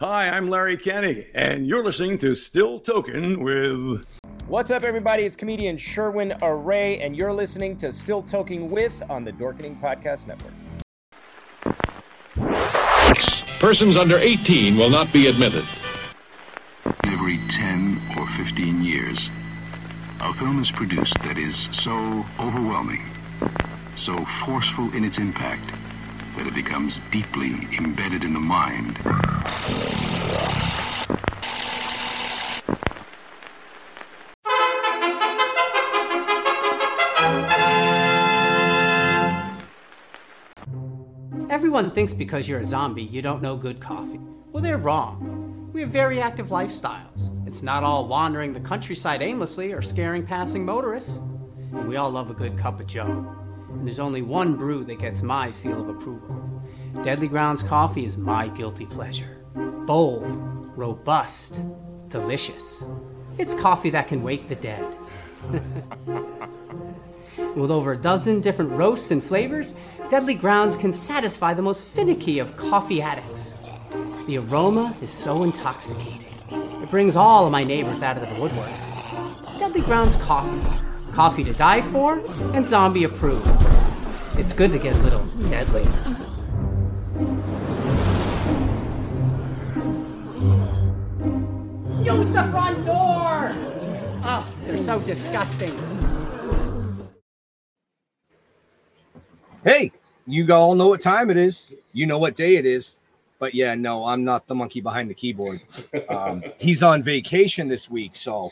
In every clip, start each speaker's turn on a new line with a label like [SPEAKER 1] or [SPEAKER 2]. [SPEAKER 1] Hi, I'm Larry Kenny, and you're listening to Still Token with.
[SPEAKER 2] What's up, everybody? It's comedian Sherwin Array, and you're listening to Still Toking With on the Dorkening Podcast Network.
[SPEAKER 3] Persons under 18 will not be admitted.
[SPEAKER 4] Every 10 or 15 years, a film is produced that is so overwhelming, so forceful in its impact, that it becomes deeply embedded in the mind.
[SPEAKER 5] Everyone thinks because you're a zombie, you don't know good coffee. Well, they're wrong. We have very active lifestyles. It's not all wandering the countryside aimlessly or scaring passing motorists. And we all love a good cup of joe. And there's only one brew that gets my seal of approval. Deadly Grounds coffee is my guilty pleasure. Bold, robust, delicious. It's coffee that can wake the dead. With over a dozen different roasts and flavors, Deadly Grounds can satisfy the most finicky of coffee addicts. The aroma is so intoxicating. It brings all of my neighbors out of the woodwork. Deadly Grounds coffee. Coffee to die for and zombie approved. It's good to get a little deadly. Use the front door! Oh, they're so disgusting.
[SPEAKER 6] hey, you all know what time it is. You know what day it is. But yeah, no, I'm not the monkey behind the keyboard. Um, he's on vacation this week. So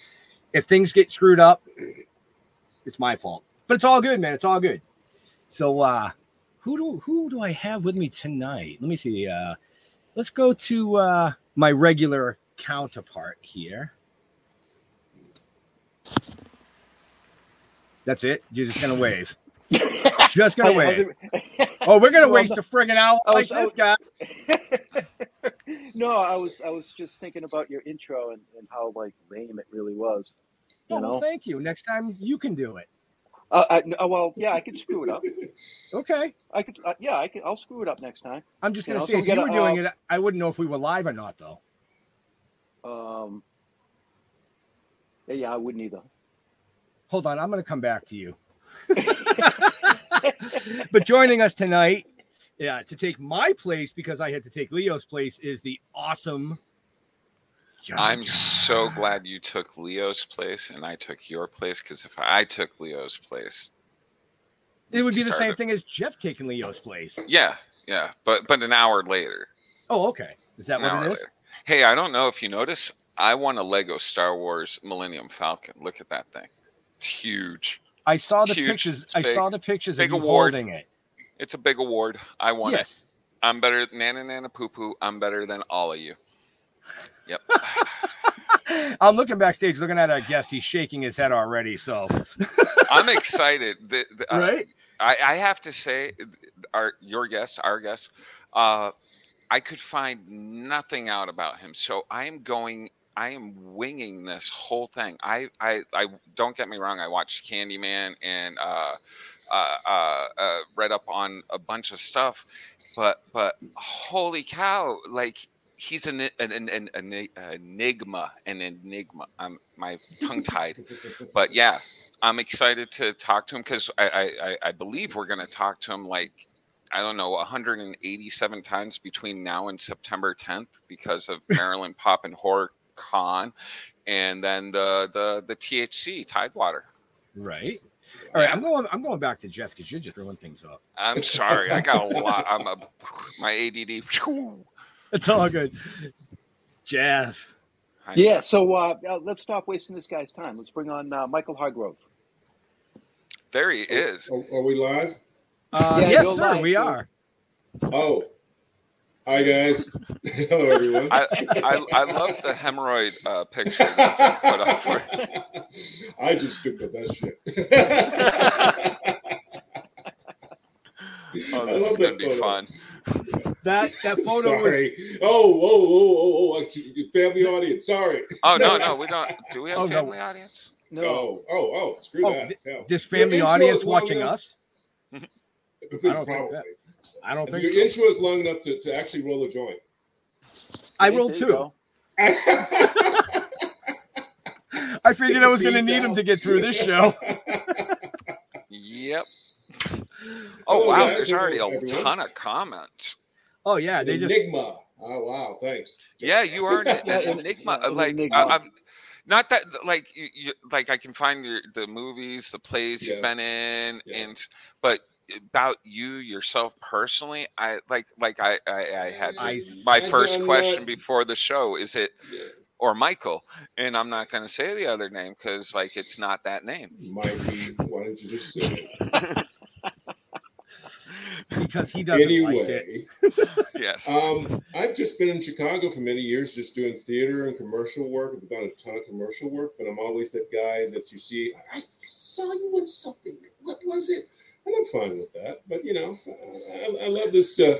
[SPEAKER 6] if things get screwed up, it's my fault. But it's all good, man. It's all good. So uh who do who do I have with me tonight? Let me see. Uh let's go to uh my regular counterpart here. That's it. You're just gonna wave. just gonna
[SPEAKER 2] I- I
[SPEAKER 6] wave.
[SPEAKER 2] was-
[SPEAKER 6] Oh, we're gonna
[SPEAKER 7] Well,
[SPEAKER 6] waste a friggin' hour
[SPEAKER 7] I
[SPEAKER 6] like
[SPEAKER 7] was- I
[SPEAKER 6] this
[SPEAKER 7] was-
[SPEAKER 6] guy.
[SPEAKER 7] no, I was I was just thinking about your intro and, and how like lame it really was. You
[SPEAKER 6] Oh, well,
[SPEAKER 7] know,
[SPEAKER 6] thank you. Next time you can do it.
[SPEAKER 7] uh, I, no, well, yeah, I could screw it up.
[SPEAKER 6] Okay.
[SPEAKER 7] I could, uh, yeah, I could. I'll screw it up next time.
[SPEAKER 6] I'm just
[SPEAKER 7] You
[SPEAKER 6] gonna
[SPEAKER 7] know,
[SPEAKER 6] say
[SPEAKER 7] so
[SPEAKER 6] if
[SPEAKER 7] we
[SPEAKER 6] you
[SPEAKER 7] gotta,
[SPEAKER 6] were doing
[SPEAKER 7] uh,
[SPEAKER 6] it, I wouldn't know if we were live or not though.
[SPEAKER 7] Um, yeah, yeah, I wouldn't either.
[SPEAKER 6] Hold on, I'm gonna come back to you. but joining us tonight, yeah, to take my place because I had to take Leo's place is the awesome. John
[SPEAKER 8] I'm
[SPEAKER 6] John.
[SPEAKER 8] so glad you took Leo's place and I took your place because if I took Leo's place,
[SPEAKER 6] It would be the same
[SPEAKER 8] started.
[SPEAKER 6] thing as Jeff taking Leo's place.
[SPEAKER 8] yeah, yeah, but but an hour later.
[SPEAKER 6] Oh, okay. Is that
[SPEAKER 8] An
[SPEAKER 6] what
[SPEAKER 8] hour
[SPEAKER 6] it is?
[SPEAKER 8] later. Hey, I don't know if you notice, I won a Lego Star Wars Millennium Falcon. Look at that thing. It's huge.
[SPEAKER 6] I saw the
[SPEAKER 8] Huge.
[SPEAKER 6] pictures.
[SPEAKER 8] It's
[SPEAKER 6] I
[SPEAKER 8] big.
[SPEAKER 6] saw the pictures of
[SPEAKER 8] Big
[SPEAKER 6] you
[SPEAKER 8] award.
[SPEAKER 6] holding it.
[SPEAKER 8] It's a big award. I won it.
[SPEAKER 6] Yes.
[SPEAKER 8] I'm better Nana Nana Poo Poo. I'm better than all of you. Yep.
[SPEAKER 6] I'm looking backstage, looking at our guest. He's shaking his head already. So,
[SPEAKER 8] I'm excited. The, the, uh,
[SPEAKER 6] right?
[SPEAKER 8] I, I have to say, th- our your guest, our guest, uh, I could find nothing out about him. So I am going. I am winging this whole thing. I, I, I don't get me wrong. I watched Candyman and uh, uh, uh, uh, read up on a bunch of stuff, but but holy cow! Like he's an an, an, an, an enigma, an enigma. I'm my tongue tied, but yeah, I'm excited to talk to him because I, I- I, I believe we're going to talk to him like, I don't know, 187 times between now and September 10th because of Maryland Pop and Horror Con and then the, the, the THC Tidewater.
[SPEAKER 6] Right. All right. I'm going. I'm going back to Jeff because you're just throwing things up.
[SPEAKER 8] I'm sorry. I got a lot. I'm a, my ADD. whew,
[SPEAKER 6] It's all good. Jeff.
[SPEAKER 8] I-
[SPEAKER 7] Yeah. So uh, uh, let's stop wasting this guy's time. Let's bring on uh, Michael Hargrove.
[SPEAKER 8] There he is.
[SPEAKER 9] Are, are we live?
[SPEAKER 6] Uh,
[SPEAKER 7] Yeah,
[SPEAKER 6] yes,
[SPEAKER 7] you're
[SPEAKER 6] sir.
[SPEAKER 7] live,
[SPEAKER 6] we
[SPEAKER 7] dude.
[SPEAKER 6] are.
[SPEAKER 9] Oh, hi guys. Hello, everyone.
[SPEAKER 8] I, I, I love the hemorrhoid uh, picture that you put up for
[SPEAKER 9] I just took the best shit.
[SPEAKER 8] Oh,
[SPEAKER 9] I
[SPEAKER 8] this is
[SPEAKER 9] love
[SPEAKER 8] going
[SPEAKER 9] that
[SPEAKER 8] to be
[SPEAKER 9] photo.
[SPEAKER 8] fun.
[SPEAKER 6] That that photo was.
[SPEAKER 9] Sorry. Oh, whoa, whoa, whoa, whoa, whoa. Family audience. Sorry.
[SPEAKER 8] Oh, no, no. We don't. Do we have
[SPEAKER 6] Oh, no.
[SPEAKER 8] family audience?
[SPEAKER 7] No,
[SPEAKER 9] Oh, oh, oh. Screw
[SPEAKER 6] Oh,
[SPEAKER 9] that. Hell.
[SPEAKER 6] This family
[SPEAKER 9] Your intro
[SPEAKER 6] audience
[SPEAKER 9] is long
[SPEAKER 6] watching
[SPEAKER 9] enough-
[SPEAKER 6] us. I don't think
[SPEAKER 9] Probably.
[SPEAKER 6] that- I don't
[SPEAKER 9] Your
[SPEAKER 6] think. So.
[SPEAKER 9] intro is long enough to, to actually roll a joint.
[SPEAKER 6] I
[SPEAKER 7] Hey,
[SPEAKER 6] will
[SPEAKER 7] there you
[SPEAKER 6] too.
[SPEAKER 7] go.
[SPEAKER 6] I figured
[SPEAKER 9] Get
[SPEAKER 6] I
[SPEAKER 9] your
[SPEAKER 6] was going to
[SPEAKER 9] seeds
[SPEAKER 6] need him
[SPEAKER 9] out.
[SPEAKER 6] to get through this show.
[SPEAKER 8] Yep. Oh,
[SPEAKER 9] Hello,
[SPEAKER 8] wow,
[SPEAKER 9] guys.
[SPEAKER 8] there's
[SPEAKER 9] Hello,
[SPEAKER 8] already a
[SPEAKER 9] everyone.
[SPEAKER 8] ton of comments.
[SPEAKER 6] Oh yeah, they just
[SPEAKER 9] Enigma. Oh wow, thanks.
[SPEAKER 8] Yeah, you are an,
[SPEAKER 7] Yeah,
[SPEAKER 8] an
[SPEAKER 7] an-
[SPEAKER 8] enigma. uh,
[SPEAKER 7] yeah, an
[SPEAKER 8] like,
[SPEAKER 7] enigma.
[SPEAKER 8] I, am not that like you, you like I can find your, the movies, the plays you've
[SPEAKER 9] Yeah.
[SPEAKER 8] been in,
[SPEAKER 9] Yeah.
[SPEAKER 8] and but about you yourself personally, I like like I I, I had to-
[SPEAKER 6] I
[SPEAKER 8] my
[SPEAKER 9] see.
[SPEAKER 8] first
[SPEAKER 9] I'm
[SPEAKER 8] question
[SPEAKER 9] not-
[SPEAKER 8] before the show is it
[SPEAKER 9] Yeah.
[SPEAKER 8] or Michael, and I'm not going to say the other name because like it's not that name.
[SPEAKER 9] Mikey, why don't you just say it?
[SPEAKER 6] because he doesn't like it.
[SPEAKER 9] anyway?
[SPEAKER 8] Yes.
[SPEAKER 9] Um, I've just been in Chicago for many years, just doing theater and commercial work. I've done a ton of commercial work, but I'm always that guy that you see. I saw you in something. What was it? And I'm fine with that. But you know, I, I love this. Uh,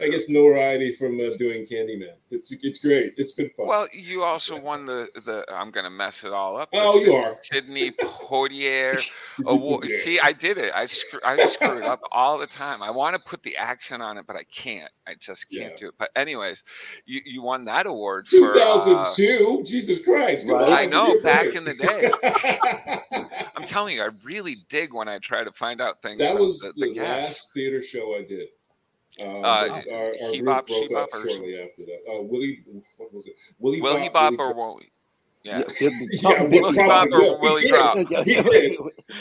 [SPEAKER 9] I guess notoriety from uh, doing Candyman. It's it's great. It's been fun.
[SPEAKER 8] well, you also won the the. I'm gonna mess it all up. the
[SPEAKER 9] oh, you
[SPEAKER 8] Syd-
[SPEAKER 9] are.
[SPEAKER 8] Sydney Poitier award.
[SPEAKER 9] Yeah.
[SPEAKER 8] See, I did it. I screw, I screwed up all the time. I want to put the accent on it, but I can't. I just can't
[SPEAKER 9] Yeah.
[SPEAKER 8] do it. But anyways, you you won that award for. Uh,
[SPEAKER 9] 2002. Jesus Christ! come
[SPEAKER 7] Right.
[SPEAKER 9] on,
[SPEAKER 8] I know.
[SPEAKER 9] you're
[SPEAKER 8] Back
[SPEAKER 9] right.
[SPEAKER 8] in the day, I'm telling you, I really dig when I try to find out things.
[SPEAKER 9] that
[SPEAKER 8] about
[SPEAKER 9] was
[SPEAKER 8] the,
[SPEAKER 9] the,
[SPEAKER 8] the guest.
[SPEAKER 9] last theater show I did. Um,
[SPEAKER 8] Uh,
[SPEAKER 9] our, our
[SPEAKER 8] He
[SPEAKER 9] group
[SPEAKER 8] Bop, She
[SPEAKER 9] broke up
[SPEAKER 8] Bop or
[SPEAKER 9] shortly after that. Uh, Willie, what was it? Willie
[SPEAKER 8] Will he
[SPEAKER 9] Bop,
[SPEAKER 8] bop or won't we? Yeah.
[SPEAKER 9] Yeah,
[SPEAKER 7] Willie
[SPEAKER 9] Willie
[SPEAKER 8] Bop
[SPEAKER 9] Bop.
[SPEAKER 8] or
[SPEAKER 9] Yeah, he
[SPEAKER 8] Willie
[SPEAKER 9] did.
[SPEAKER 8] Drop?
[SPEAKER 9] He did.
[SPEAKER 8] Did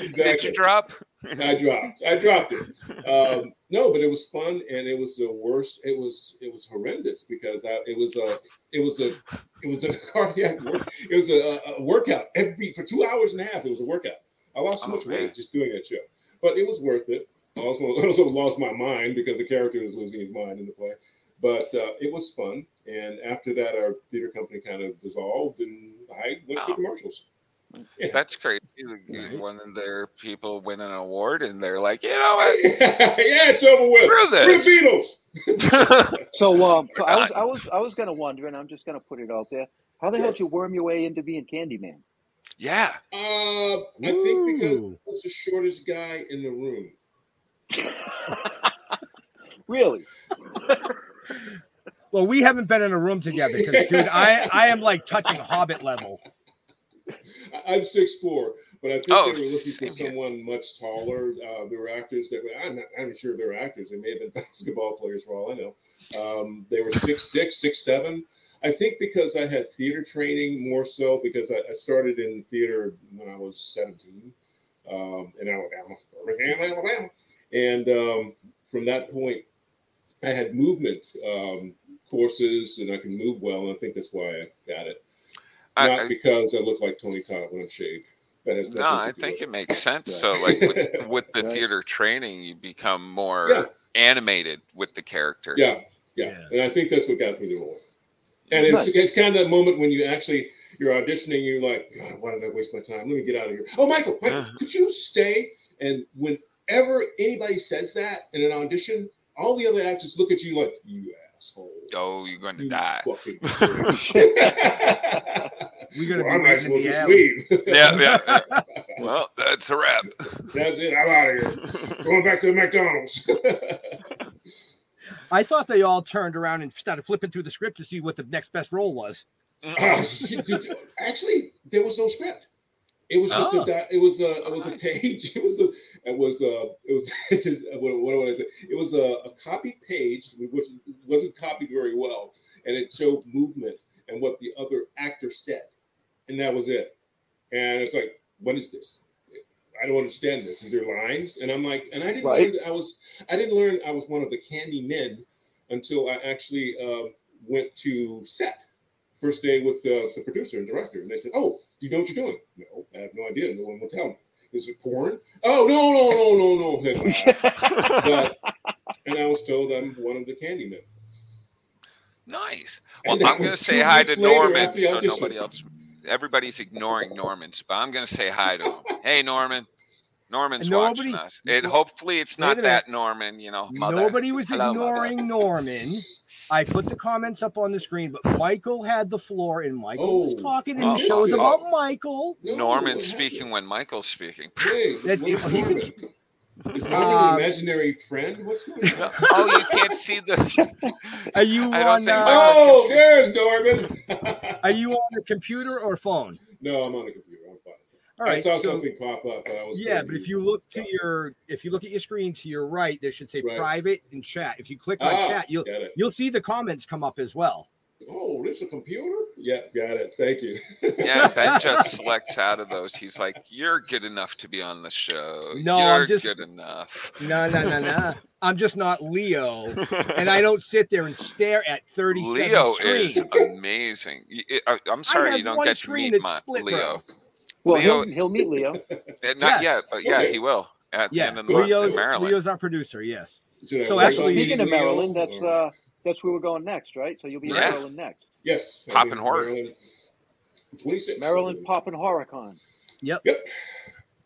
[SPEAKER 9] Exactly.
[SPEAKER 8] you drop?
[SPEAKER 9] I dropped. I dropped it. Um, no, but it was fun, and it was the worst. It was it was horrendous because I, it was a it was a it was a cardiac work, it was a, a workout every for two hours and a half. It was a workout. I lost so
[SPEAKER 8] Oh,
[SPEAKER 9] much
[SPEAKER 8] man.
[SPEAKER 9] weight just doing that show, but it was worth it. I also, I also lost my mind because the character was losing his mind in the play, but uh, it was fun. And after that, our theater company kind of dissolved, and I went
[SPEAKER 8] Oh.
[SPEAKER 9] to commercials. Yeah.
[SPEAKER 8] That's crazy. You- you-
[SPEAKER 6] Right.
[SPEAKER 8] One of their people win an award, and they're like, you know what?
[SPEAKER 9] yeah, it's over with.
[SPEAKER 8] Screw
[SPEAKER 9] We're
[SPEAKER 8] this.
[SPEAKER 9] the Beatles.
[SPEAKER 7] So, um, so I was, I was, I was gonna wonder, and I'm just gonna put it out there. How the hell did you worm your way into being Candyman?
[SPEAKER 8] yeah.
[SPEAKER 9] Uh, I think because
[SPEAKER 6] Ooh.
[SPEAKER 9] I was the shortest guy in the room.
[SPEAKER 7] Really?
[SPEAKER 6] Well, we haven't been in a room together because, dude, I, I am like touching Hobbit level.
[SPEAKER 9] I, I'm six four, but I think
[SPEAKER 8] Oh,
[SPEAKER 9] they were looking for
[SPEAKER 8] same here.
[SPEAKER 9] someone much taller. Uh, there were actors that were. I'm not. I'm not sure if they were actors. They may have been basketball players for all I know. Um, they were six six, six seven. I think because I had theater training more so because I, I started in theater when I was seventeen um, in Alabama, Birmingham, Alabama, and um, from that point, I had movement um, courses and I can move well, and I think that's why I got it.
[SPEAKER 8] I,
[SPEAKER 9] not
[SPEAKER 8] I-
[SPEAKER 9] because I look like Tony Todd when I'm shaved. That has
[SPEAKER 8] no,
[SPEAKER 9] nothing
[SPEAKER 8] I
[SPEAKER 9] to do
[SPEAKER 8] think
[SPEAKER 9] with
[SPEAKER 8] it makes sense.
[SPEAKER 7] Yeah.
[SPEAKER 8] So, like with, with the
[SPEAKER 7] Right.
[SPEAKER 8] theater training, you become more
[SPEAKER 9] Yeah.
[SPEAKER 8] animated with the character.
[SPEAKER 9] Yeah, yeah,
[SPEAKER 6] Yeah.
[SPEAKER 9] and I think that's what got me to the role. And it's
[SPEAKER 7] Nice.
[SPEAKER 9] it's kind of that moment when you actually you're auditioning, you're like, God, why did I waste my time? Let me get out of here. Oh, Michael, Michael
[SPEAKER 6] Uh-huh.
[SPEAKER 9] could you stay? And whenever anybody says that in an audition, all the other actors look at you like, you asshole.
[SPEAKER 8] Oh, you're going to
[SPEAKER 9] You
[SPEAKER 8] die.
[SPEAKER 9] fucking
[SPEAKER 7] Shit.
[SPEAKER 6] We're gonna
[SPEAKER 9] well, I might
[SPEAKER 6] be right
[SPEAKER 9] as
[SPEAKER 6] in
[SPEAKER 9] well
[SPEAKER 6] the
[SPEAKER 9] just
[SPEAKER 6] alley.
[SPEAKER 9] leave.
[SPEAKER 8] yeah, yeah, yeah. Well, that's a wrap.
[SPEAKER 9] That's it. I'm out of here. Going back to the McDonald's.
[SPEAKER 6] I thought they all turned around and started flipping through the script to see what the next best role was.
[SPEAKER 9] Actually, there was no script. It was just
[SPEAKER 6] Oh.
[SPEAKER 9] a di- it was a it was a
[SPEAKER 8] Nice.
[SPEAKER 9] page. It was a it was a it was this is- uh, what, what would I say? It was a, a copy page which wasn't copied very well, and it showed movement and what the other actor said, and that was it. And it's like, what is this? I don't understand this. Is there lines? And I'm like, and I didn't
[SPEAKER 7] Right.
[SPEAKER 9] learn I was I didn't learn I was one of the candy men until I actually um, went to set first day with the, the producer and director, and they said, "Oh, do you know what you're doing?" No, I have no idea. No one will tell me. Is it porn? Oh no no no no no. Then I- but, and I was told I'm one of the candy men.
[SPEAKER 8] Nice. Well,
[SPEAKER 9] And that
[SPEAKER 8] I'm going to
[SPEAKER 9] was
[SPEAKER 8] say
[SPEAKER 9] two
[SPEAKER 8] hi
[SPEAKER 9] weeks
[SPEAKER 8] to
[SPEAKER 9] later
[SPEAKER 8] Norman
[SPEAKER 9] after the
[SPEAKER 8] so
[SPEAKER 9] audition.
[SPEAKER 8] nobody else. Everybody's ignoring Norman's, but I'm going to say hi to him. Hey, Norman. Norman's
[SPEAKER 6] And nobody-
[SPEAKER 8] watching us. It hopefully it's
[SPEAKER 6] Wait a
[SPEAKER 8] not
[SPEAKER 6] minute.
[SPEAKER 8] that Norman, you know. Mother.
[SPEAKER 6] Nobody was
[SPEAKER 8] Oh, Hello, mother.
[SPEAKER 6] ignoring Norman. I put the comments up on the screen, but Michael had the floor and Michael was
[SPEAKER 9] Oh.
[SPEAKER 6] talking and
[SPEAKER 8] Oh,
[SPEAKER 6] the shows
[SPEAKER 9] yeah.
[SPEAKER 6] about Michael.
[SPEAKER 9] No,
[SPEAKER 8] Norman
[SPEAKER 9] what
[SPEAKER 8] speaking
[SPEAKER 9] happened?
[SPEAKER 8] when Michael's speaking.
[SPEAKER 9] Hey,
[SPEAKER 6] That-
[SPEAKER 9] where's
[SPEAKER 6] he could
[SPEAKER 9] Norman?
[SPEAKER 6] sp-
[SPEAKER 9] Is Morgan
[SPEAKER 6] Um,
[SPEAKER 9] an imaginary friend? What's going on?
[SPEAKER 8] oh, you can't see the.
[SPEAKER 6] Are you
[SPEAKER 8] I don't
[SPEAKER 6] on?
[SPEAKER 8] think
[SPEAKER 6] uh,
[SPEAKER 8] my-
[SPEAKER 9] Oh, there's Norman.
[SPEAKER 6] are you on a computer or phone?
[SPEAKER 9] no, I'm on the computer. I'm fine.
[SPEAKER 6] All right.
[SPEAKER 9] I saw
[SPEAKER 6] so-
[SPEAKER 9] something pop up. But I was
[SPEAKER 6] Yeah,
[SPEAKER 9] busy.
[SPEAKER 6] but if you look to your if you look at your screen to your right, there should say
[SPEAKER 9] Right.
[SPEAKER 6] private and chat. If you click on
[SPEAKER 9] ah,
[SPEAKER 6] chat, you'll
[SPEAKER 9] got it.
[SPEAKER 6] you'll see the comments come up as well.
[SPEAKER 9] Oh, this is a computer? Yeah, got it. Thank you.
[SPEAKER 8] Yeah, Ben just selects out of those. He's like, "You're good enough to be on the show.
[SPEAKER 6] No, I'm
[SPEAKER 8] You're
[SPEAKER 6] just-
[SPEAKER 8] good enough."
[SPEAKER 6] No, no, no, no. I'm just not Leo, and I don't sit there and stare at 37
[SPEAKER 8] Leo
[SPEAKER 6] screens.
[SPEAKER 8] is amazing. You- it- I- I'm sorry
[SPEAKER 6] have
[SPEAKER 8] you don't
[SPEAKER 6] one
[SPEAKER 8] get to
[SPEAKER 6] screen
[SPEAKER 8] meet
[SPEAKER 6] that's
[SPEAKER 8] my,
[SPEAKER 6] split
[SPEAKER 8] Leo.
[SPEAKER 7] Well,
[SPEAKER 8] Leo-
[SPEAKER 7] he'll, he'll meet Leo.
[SPEAKER 8] Eh,
[SPEAKER 6] Yeah.
[SPEAKER 8] Not yet, but yeah,
[SPEAKER 9] Okay.
[SPEAKER 8] he will at the
[SPEAKER 6] yeah,
[SPEAKER 8] end of the month in
[SPEAKER 6] Leo's
[SPEAKER 8] Maryland.
[SPEAKER 6] Leo's our producer. Yes.
[SPEAKER 9] Should I
[SPEAKER 6] So
[SPEAKER 9] wait
[SPEAKER 6] actually-
[SPEAKER 9] on
[SPEAKER 7] Speaking of
[SPEAKER 9] Leo,
[SPEAKER 7] Maryland, that's
[SPEAKER 9] or-
[SPEAKER 7] uh, that's where we're going next, right? So you'll be in
[SPEAKER 8] Yeah.
[SPEAKER 7] Maryland next.
[SPEAKER 9] yes, I'll
[SPEAKER 8] Poppin'
[SPEAKER 9] be in
[SPEAKER 8] Horror.
[SPEAKER 9] Maryland. 26.
[SPEAKER 7] Maryland Poppin' Horicon,
[SPEAKER 9] Yep.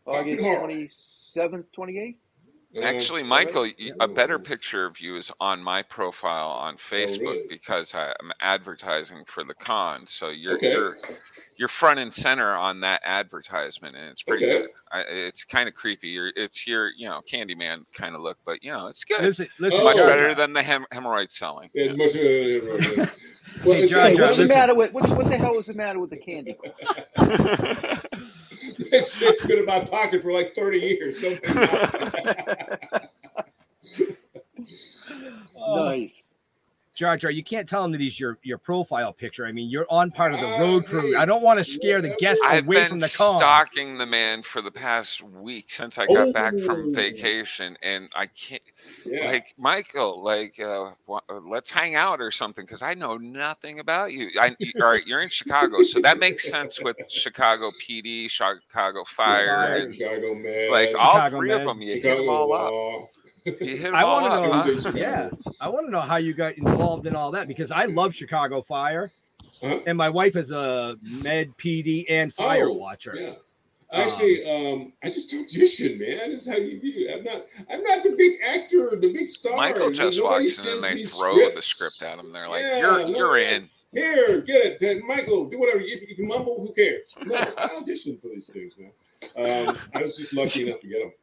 [SPEAKER 7] August
[SPEAKER 9] Horror.
[SPEAKER 7] twenty seventh, twenty eighth.
[SPEAKER 9] Uh,
[SPEAKER 8] Actually,
[SPEAKER 9] all
[SPEAKER 8] Michael,
[SPEAKER 9] right.
[SPEAKER 8] y- a better picture of you is on my profile on Facebook
[SPEAKER 9] really?
[SPEAKER 8] because I, I'm advertising for the con. So you're
[SPEAKER 9] Okay.
[SPEAKER 8] you're you're front and center on that advertisement, and it's pretty
[SPEAKER 9] Okay.
[SPEAKER 8] good. I, it's kind of creepy. You're, it's your you know Candyman kind of look, but you know it's good.
[SPEAKER 6] Listen, listen.
[SPEAKER 8] Much
[SPEAKER 9] Oh.
[SPEAKER 8] better than the hem- hemorrhoid selling.
[SPEAKER 9] Yeah,
[SPEAKER 8] Yeah.
[SPEAKER 9] much, uh, yeah, right, right. Well,
[SPEAKER 6] Hey,
[SPEAKER 9] it's
[SPEAKER 6] John,
[SPEAKER 9] like-
[SPEAKER 7] Hey,
[SPEAKER 6] John,
[SPEAKER 7] what's the
[SPEAKER 6] listen.
[SPEAKER 7] matter with what's, what the hell is the matter with the candy?
[SPEAKER 9] It's it's been in my pocket for like 30 years. No big deal.
[SPEAKER 7] nice.
[SPEAKER 6] Jar Jar, you can't tell him that he's your your profile picture. I mean, you're on part of the
[SPEAKER 9] Ah,
[SPEAKER 6] road crew.
[SPEAKER 9] hey,
[SPEAKER 6] I don't want to scare the guests
[SPEAKER 8] I've
[SPEAKER 6] away
[SPEAKER 8] been
[SPEAKER 6] from the con.
[SPEAKER 8] stalking the man for the past week since I got back
[SPEAKER 9] Oh.
[SPEAKER 8] from vacation, and I can't.
[SPEAKER 9] yeah.
[SPEAKER 8] like michael like uh, wa- uh, let's hang out or something because i know nothing about you I, you- all right you're in chicago so that makes sense with chicago pd chicago fire and,
[SPEAKER 9] Chicago Med,
[SPEAKER 8] like all
[SPEAKER 6] Chicago
[SPEAKER 8] three of
[SPEAKER 6] Med.
[SPEAKER 8] them you hit
[SPEAKER 9] Chicago
[SPEAKER 8] them all up
[SPEAKER 9] Law.
[SPEAKER 8] you hit them
[SPEAKER 6] I
[SPEAKER 8] all
[SPEAKER 6] want
[SPEAKER 8] up huh?
[SPEAKER 6] to know.
[SPEAKER 9] huh?
[SPEAKER 6] Yeah, I want to know how you got involved in all that because I love Chicago Fire,
[SPEAKER 9] Huh?
[SPEAKER 6] and my wife is a med PD and fire
[SPEAKER 9] Oh,
[SPEAKER 6] watcher.
[SPEAKER 9] Yeah.
[SPEAKER 8] Oh.
[SPEAKER 9] Actually, um, I just audition, man. That's how you do. it. I'm not. I'm not the big actor, or the big star.
[SPEAKER 8] michael just
[SPEAKER 9] Nobody
[SPEAKER 8] walks in and
[SPEAKER 9] sends
[SPEAKER 8] they
[SPEAKER 9] me
[SPEAKER 8] throw the
[SPEAKER 9] scripts.
[SPEAKER 8] script at him they're like
[SPEAKER 9] Yeah,
[SPEAKER 8] you're you're
[SPEAKER 9] nobody-
[SPEAKER 8] in
[SPEAKER 9] Here, get it, then, Michael. Do whatever. If you can mumble, who cares? No, I auditioned for these things, man. Um, I was just lucky enough to get them.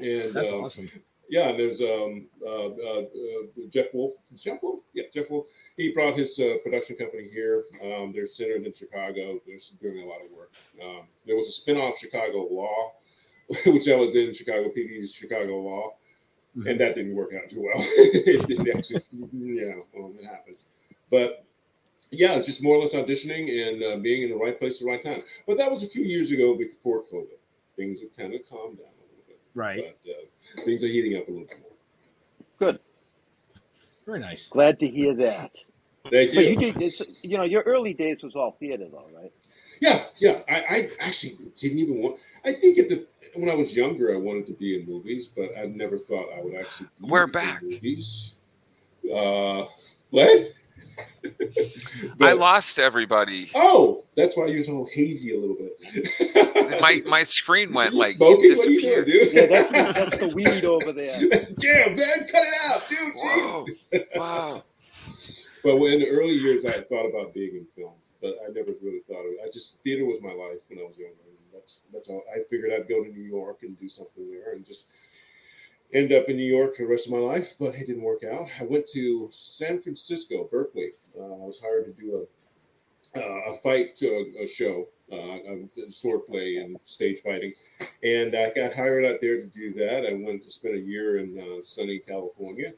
[SPEAKER 9] And
[SPEAKER 6] That's
[SPEAKER 9] um,
[SPEAKER 6] awesome.
[SPEAKER 9] Yeah, and there's um, uh, uh, uh, Jeff Wolf. Jeff Wolf? Yeah, Jeff Wolf. He brought his uh, production company here. Um, they're centered in Chicago. They're doing a lot of work. Um, there was a spinoff, Chicago Law, which I was in, Chicago PD's Chicago Law, and that didn't work out too well. it didn't actually, you know, well, it happens. But yeah, it's just more or less auditioning and uh, being in the right place at the right time. But that was a few years ago before COVID. Things have kind of calmed down a little bit
[SPEAKER 6] Right.
[SPEAKER 9] but uh, things are heating up a little bit more.
[SPEAKER 6] Very nice.
[SPEAKER 7] Glad to hear that.
[SPEAKER 9] Thank
[SPEAKER 7] But you
[SPEAKER 9] you.
[SPEAKER 7] did this. You know, your early days was all theater, though, right?
[SPEAKER 9] Yeah, yeah. I, I actually didn't even want. I think at the when I was younger, I wanted to be in movies, but I never thought I would actually. Be
[SPEAKER 8] We're
[SPEAKER 9] in
[SPEAKER 8] back.
[SPEAKER 9] Movies. Uh, what?
[SPEAKER 8] i
[SPEAKER 9] But-
[SPEAKER 8] lost everybody
[SPEAKER 9] Oh, that's why you're so hazy a little bit.
[SPEAKER 8] my my screen went
[SPEAKER 9] You
[SPEAKER 8] like
[SPEAKER 9] smoking? What are you doing,
[SPEAKER 8] disappeared
[SPEAKER 9] dude?
[SPEAKER 7] Yeah, that's the, that's the weed over there.
[SPEAKER 9] Damn, man, cut it out, dude. Jeez.
[SPEAKER 8] whoa wow
[SPEAKER 9] But when- in the early years, I had thought about being in film, but I never really thought of it. I just theater was my life when I was younger. And that's that's all. I figured I'd go to New York and do something there, and just end up in New York for the rest of my life. But it didn't work out. I went to San Francisco, Berkeley. Uh, I was hired to do a uh, a fight to a, a show, uh, of swordplay and stage fighting, and I got hired out there to do that. I went to spend a year in uh, sunny California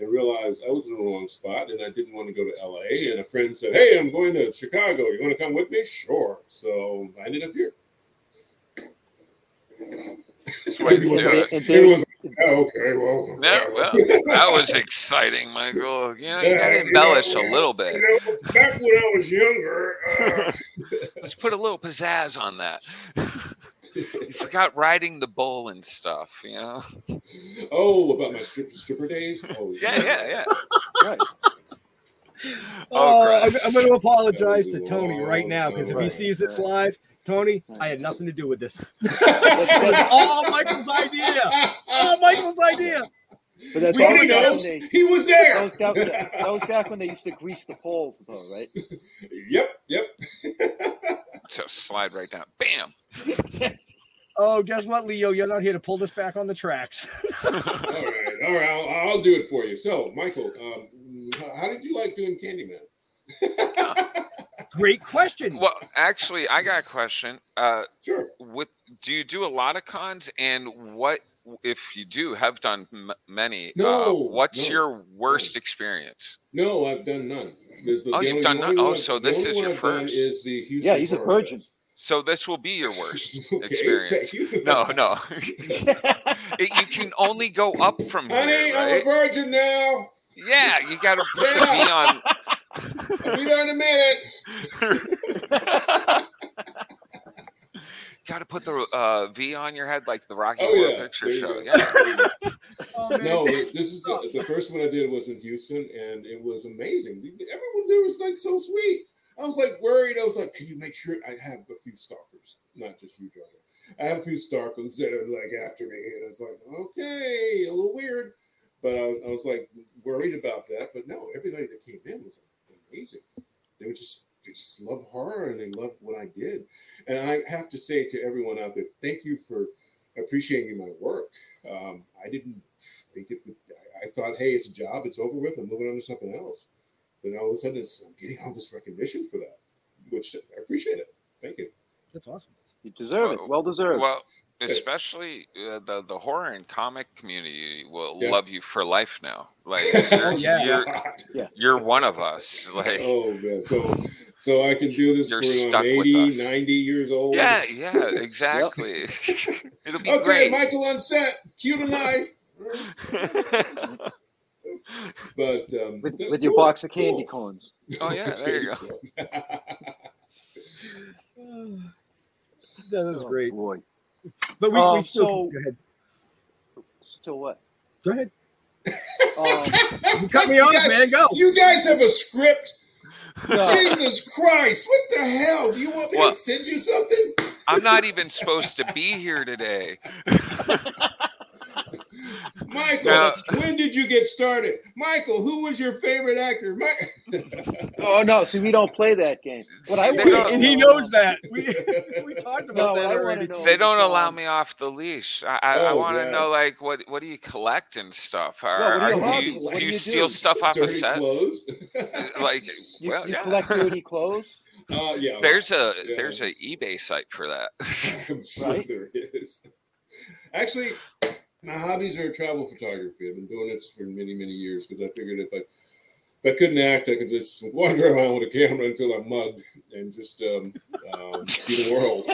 [SPEAKER 9] and realized I was in the wrong spot and I didn't want to go to LA. And a friend said, Hey, I'm going to Chicago. You want to come with me? Sure. So I ended up here.
[SPEAKER 8] That's what you
[SPEAKER 9] Everyone's
[SPEAKER 8] do.
[SPEAKER 9] like,
[SPEAKER 7] And there-
[SPEAKER 9] everyone's like, "Oh, okay, well,
[SPEAKER 8] Yeah, well, that was exciting, Michael. You know, you gotta embellish a little bit.
[SPEAKER 9] You know, back when I was younger, uh,
[SPEAKER 8] Let's put a little pizzazz on that. You forgot riding the bull and stuff, you know?
[SPEAKER 9] oh, about my stripper, stripper days. Oh,
[SPEAKER 8] Yeah, yeah, yeah.
[SPEAKER 7] Right.
[SPEAKER 8] Oh,
[SPEAKER 6] I'm,
[SPEAKER 8] gross.
[SPEAKER 6] I'm going to apologize to
[SPEAKER 9] Oh,
[SPEAKER 6] Tony right now because if he
[SPEAKER 9] right.
[SPEAKER 6] sees this live, Tony, I had nothing to do with this.
[SPEAKER 7] That's-
[SPEAKER 6] oh, Michael's idea. Oh, Michael's idea.
[SPEAKER 7] But that's
[SPEAKER 9] We
[SPEAKER 7] that was
[SPEAKER 9] already
[SPEAKER 7] back
[SPEAKER 9] know
[SPEAKER 7] when they-
[SPEAKER 9] he was
[SPEAKER 7] that
[SPEAKER 9] there.
[SPEAKER 7] was, that, was, that was back when they used to grease the poles, though, right?
[SPEAKER 9] Yep, yep.
[SPEAKER 8] Just slide right down. Bam.
[SPEAKER 6] Oh, guess what, Leo? You're not here to pull this back on the tracks.
[SPEAKER 9] all right, all right. I'll, I'll do it for you. So, Michael, um, h- how did you like doing Candyman?
[SPEAKER 6] Great question.
[SPEAKER 8] Well, actually, I got a question. Uh,
[SPEAKER 9] Sure.
[SPEAKER 8] with do you do a lot of cons and what if you do have done m- many uh,
[SPEAKER 9] No,
[SPEAKER 8] what's
[SPEAKER 9] no,
[SPEAKER 8] your worst experience
[SPEAKER 9] No, I've done none. There's the-
[SPEAKER 8] Oh,
[SPEAKER 9] the
[SPEAKER 8] you've
[SPEAKER 9] only-
[SPEAKER 8] done
[SPEAKER 9] the
[SPEAKER 8] none.
[SPEAKER 9] only
[SPEAKER 8] Oh,
[SPEAKER 9] one-
[SPEAKER 8] so
[SPEAKER 9] the
[SPEAKER 8] this
[SPEAKER 9] only
[SPEAKER 8] is
[SPEAKER 9] one
[SPEAKER 8] your
[SPEAKER 9] I've done
[SPEAKER 8] first.
[SPEAKER 9] Is the Houston
[SPEAKER 7] he's a
[SPEAKER 9] Royals.
[SPEAKER 7] virgin.
[SPEAKER 8] so this will be your worst
[SPEAKER 9] Okay,
[SPEAKER 8] experience
[SPEAKER 9] thank you.
[SPEAKER 8] no no it, you can only go up from here
[SPEAKER 9] Honey, I'm a
[SPEAKER 8] right?
[SPEAKER 9] virgin now.
[SPEAKER 8] yeah you gotta put
[SPEAKER 9] Yeah.
[SPEAKER 8] me on
[SPEAKER 9] I'll be there in a minute.
[SPEAKER 8] gotta put the uh, v on your head like the rocky
[SPEAKER 9] Oh,
[SPEAKER 8] horror
[SPEAKER 9] yeah.
[SPEAKER 8] picture
[SPEAKER 9] There you
[SPEAKER 8] show
[SPEAKER 9] go.
[SPEAKER 8] yeah
[SPEAKER 6] Oh, man.
[SPEAKER 9] no, this, this is the, the first one I did was in Houston, and it was amazing. Everyone there was like so sweet. I was like worried. I was like, can you make sure I have a few stalkers, not just you, Jordan? I have a few stalkers that are like after me, and it's like okay, a little weird, but I, I was like worried about that. But no, everybody that came in was amazing. They were just they just love horror and they loved what I did. And I have to say to everyone out there, thank you for appreciating my work. Um, I didn't think it would. I- I thought, hey, it's a job. It's over with. I'm moving on to something else. Then all of a sudden, it's, I'm getting all this recognition for that, which I appreciate it. Thank you.
[SPEAKER 6] That's awesome.
[SPEAKER 7] You deserve it. Well deserved.
[SPEAKER 8] Oh. Well,
[SPEAKER 9] Yes.
[SPEAKER 8] especially uh, the the horror and comic community will
[SPEAKER 9] Yeah.
[SPEAKER 8] love you for life now. Like
[SPEAKER 9] Oh,
[SPEAKER 8] you're
[SPEAKER 6] yeah.
[SPEAKER 8] you're, you're one of us. Like
[SPEAKER 9] oh man. So, so I can do this
[SPEAKER 8] You're
[SPEAKER 9] when
[SPEAKER 8] stuck
[SPEAKER 9] I'm
[SPEAKER 8] with
[SPEAKER 9] 80,
[SPEAKER 8] us.
[SPEAKER 9] 90 years old.
[SPEAKER 8] yeah, yeah, exactly. It'll be
[SPEAKER 9] Okay,
[SPEAKER 8] great.
[SPEAKER 9] Michael on set. Cue the knife. But um,
[SPEAKER 7] with,
[SPEAKER 9] no,
[SPEAKER 7] with your
[SPEAKER 9] cool,
[SPEAKER 7] box of candy
[SPEAKER 9] cool.
[SPEAKER 7] cones.
[SPEAKER 8] oh yeah, there you go.
[SPEAKER 6] That was
[SPEAKER 7] Oh,
[SPEAKER 6] great.
[SPEAKER 7] Boy.
[SPEAKER 6] But we, we
[SPEAKER 7] Um,
[SPEAKER 6] still
[SPEAKER 7] so-
[SPEAKER 6] go ahead.
[SPEAKER 7] So what?
[SPEAKER 6] Go ahead.
[SPEAKER 7] Um,
[SPEAKER 6] You cut me off,
[SPEAKER 9] guys-
[SPEAKER 6] man. Go.
[SPEAKER 9] You guys have a script?
[SPEAKER 7] no,
[SPEAKER 9] Jesus Christ. What the hell? Do you want me
[SPEAKER 8] Well-
[SPEAKER 9] to send you something?
[SPEAKER 8] I'm not even supposed to be here today.
[SPEAKER 9] Michael,
[SPEAKER 8] Now-
[SPEAKER 9] when did you get started? Michael, who was your favorite actor? Mi-
[SPEAKER 7] oh no. See, we don't play that game. What I
[SPEAKER 8] They
[SPEAKER 7] wanna
[SPEAKER 8] don't-
[SPEAKER 6] and he
[SPEAKER 7] know-
[SPEAKER 6] knows that. We, we talked
[SPEAKER 7] No,
[SPEAKER 6] about
[SPEAKER 7] what
[SPEAKER 6] that
[SPEAKER 7] I want to
[SPEAKER 6] already.
[SPEAKER 7] know.
[SPEAKER 8] They don't
[SPEAKER 7] is,
[SPEAKER 8] allow
[SPEAKER 7] um,
[SPEAKER 8] me off the leash. I, I, I
[SPEAKER 9] Oh,
[SPEAKER 8] want to
[SPEAKER 9] yeah.
[SPEAKER 8] know like what what do you collect and stuff? Or,
[SPEAKER 7] what are your
[SPEAKER 8] or do
[SPEAKER 7] hobbies?
[SPEAKER 8] you,
[SPEAKER 7] What
[SPEAKER 8] do
[SPEAKER 7] do
[SPEAKER 8] you
[SPEAKER 7] you
[SPEAKER 8] steal
[SPEAKER 7] do?
[SPEAKER 8] stuff off of
[SPEAKER 9] Dirty
[SPEAKER 8] sets? Uh,
[SPEAKER 9] clothes.
[SPEAKER 8] Like
[SPEAKER 7] You,
[SPEAKER 8] well,
[SPEAKER 7] you
[SPEAKER 8] yeah.
[SPEAKER 7] collect dirty clothes.
[SPEAKER 9] uh, yeah,
[SPEAKER 8] There's a
[SPEAKER 9] Yeah.
[SPEAKER 8] there's a eBay site for that.
[SPEAKER 9] I'm sure
[SPEAKER 7] Right?
[SPEAKER 9] there is. Actually, my hobbies are travel photography. I've been doing this for many, many years because I figured if I if I couldn't act, I could just wander around with a camera until I'm mugged and just um, um, see the world.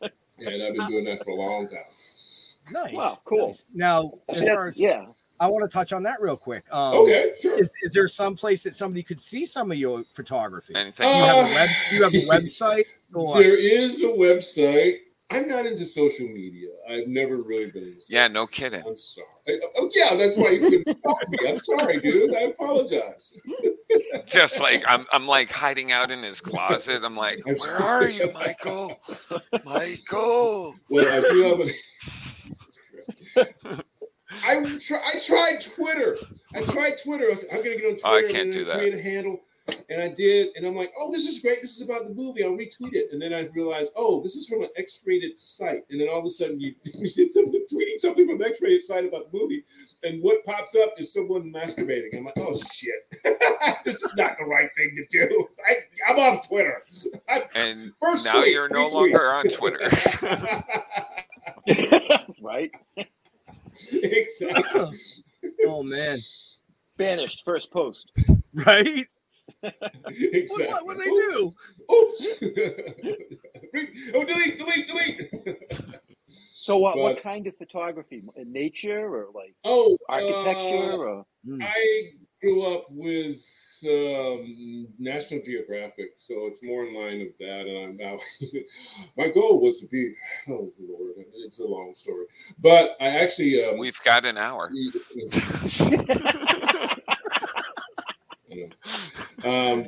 [SPEAKER 9] And I've been doing that for a long time.
[SPEAKER 6] Nice.
[SPEAKER 7] Wow, cool.
[SPEAKER 6] Nice. Now, as
[SPEAKER 7] Yeah,
[SPEAKER 6] far as,
[SPEAKER 7] yeah.
[SPEAKER 6] I want to touch on that real quick. Um,
[SPEAKER 8] Oh,
[SPEAKER 9] Okay, sure.
[SPEAKER 6] Is, is there some place that somebody could see some of your photography?
[SPEAKER 8] Anything.
[SPEAKER 6] Do you have a
[SPEAKER 9] Uh,
[SPEAKER 6] web? Do you have a website? Or,
[SPEAKER 9] There is a website. I'm not into social media. I've never really been. Into
[SPEAKER 8] yeah, no kidding.
[SPEAKER 9] I'm sorry. Oh yeah, that's why you couldn't find me. I'm sorry, dude. I apologize.
[SPEAKER 8] Just like I'm, I'm like hiding out in his closet. I'm like,
[SPEAKER 9] I'm
[SPEAKER 8] where
[SPEAKER 9] so
[SPEAKER 8] are
[SPEAKER 9] sorry."
[SPEAKER 8] you, Michael? Michael.
[SPEAKER 9] Well, I do have a. I try, I tried Twitter. I tried Twitter. I was, I'm gonna get on Twitter.
[SPEAKER 8] Oh, I
[SPEAKER 9] I'm
[SPEAKER 8] can't
[SPEAKER 9] gonna
[SPEAKER 8] do that.
[SPEAKER 9] Create a handle, and I did. And I'm like, oh, this is great. This is about the movie. I'll retweet it. And then I realized, oh, this is from an X-rated site. And then all of a sudden, you did something, tweeting something from an X-rated site about the movie, and what pops up is someone masturbating. I'm like, oh shit, this is not the right thing to do. I, I'm on Twitter. I,
[SPEAKER 8] And
[SPEAKER 9] First
[SPEAKER 8] now
[SPEAKER 9] tweet,
[SPEAKER 8] you're no
[SPEAKER 9] retweet.
[SPEAKER 8] longer on Twitter.
[SPEAKER 7] right?
[SPEAKER 9] exactly.
[SPEAKER 6] oh man,
[SPEAKER 7] Banished first post.
[SPEAKER 6] right?
[SPEAKER 9] Exactly.
[SPEAKER 6] What, what, what do they do?
[SPEAKER 9] Oops. Re- oh, delete, delete, delete.
[SPEAKER 7] So, uh,
[SPEAKER 9] But-
[SPEAKER 7] what kind of photography? Nature or like
[SPEAKER 9] Oh,
[SPEAKER 7] architecture?
[SPEAKER 9] uh,
[SPEAKER 7] or
[SPEAKER 9] I grew up with um, National Geographic, so it's more in line of that. And I'm now, my goal was to be, oh, Lord, it's a long story. But I actually, um,
[SPEAKER 8] We've got an hour.
[SPEAKER 9] You know. um,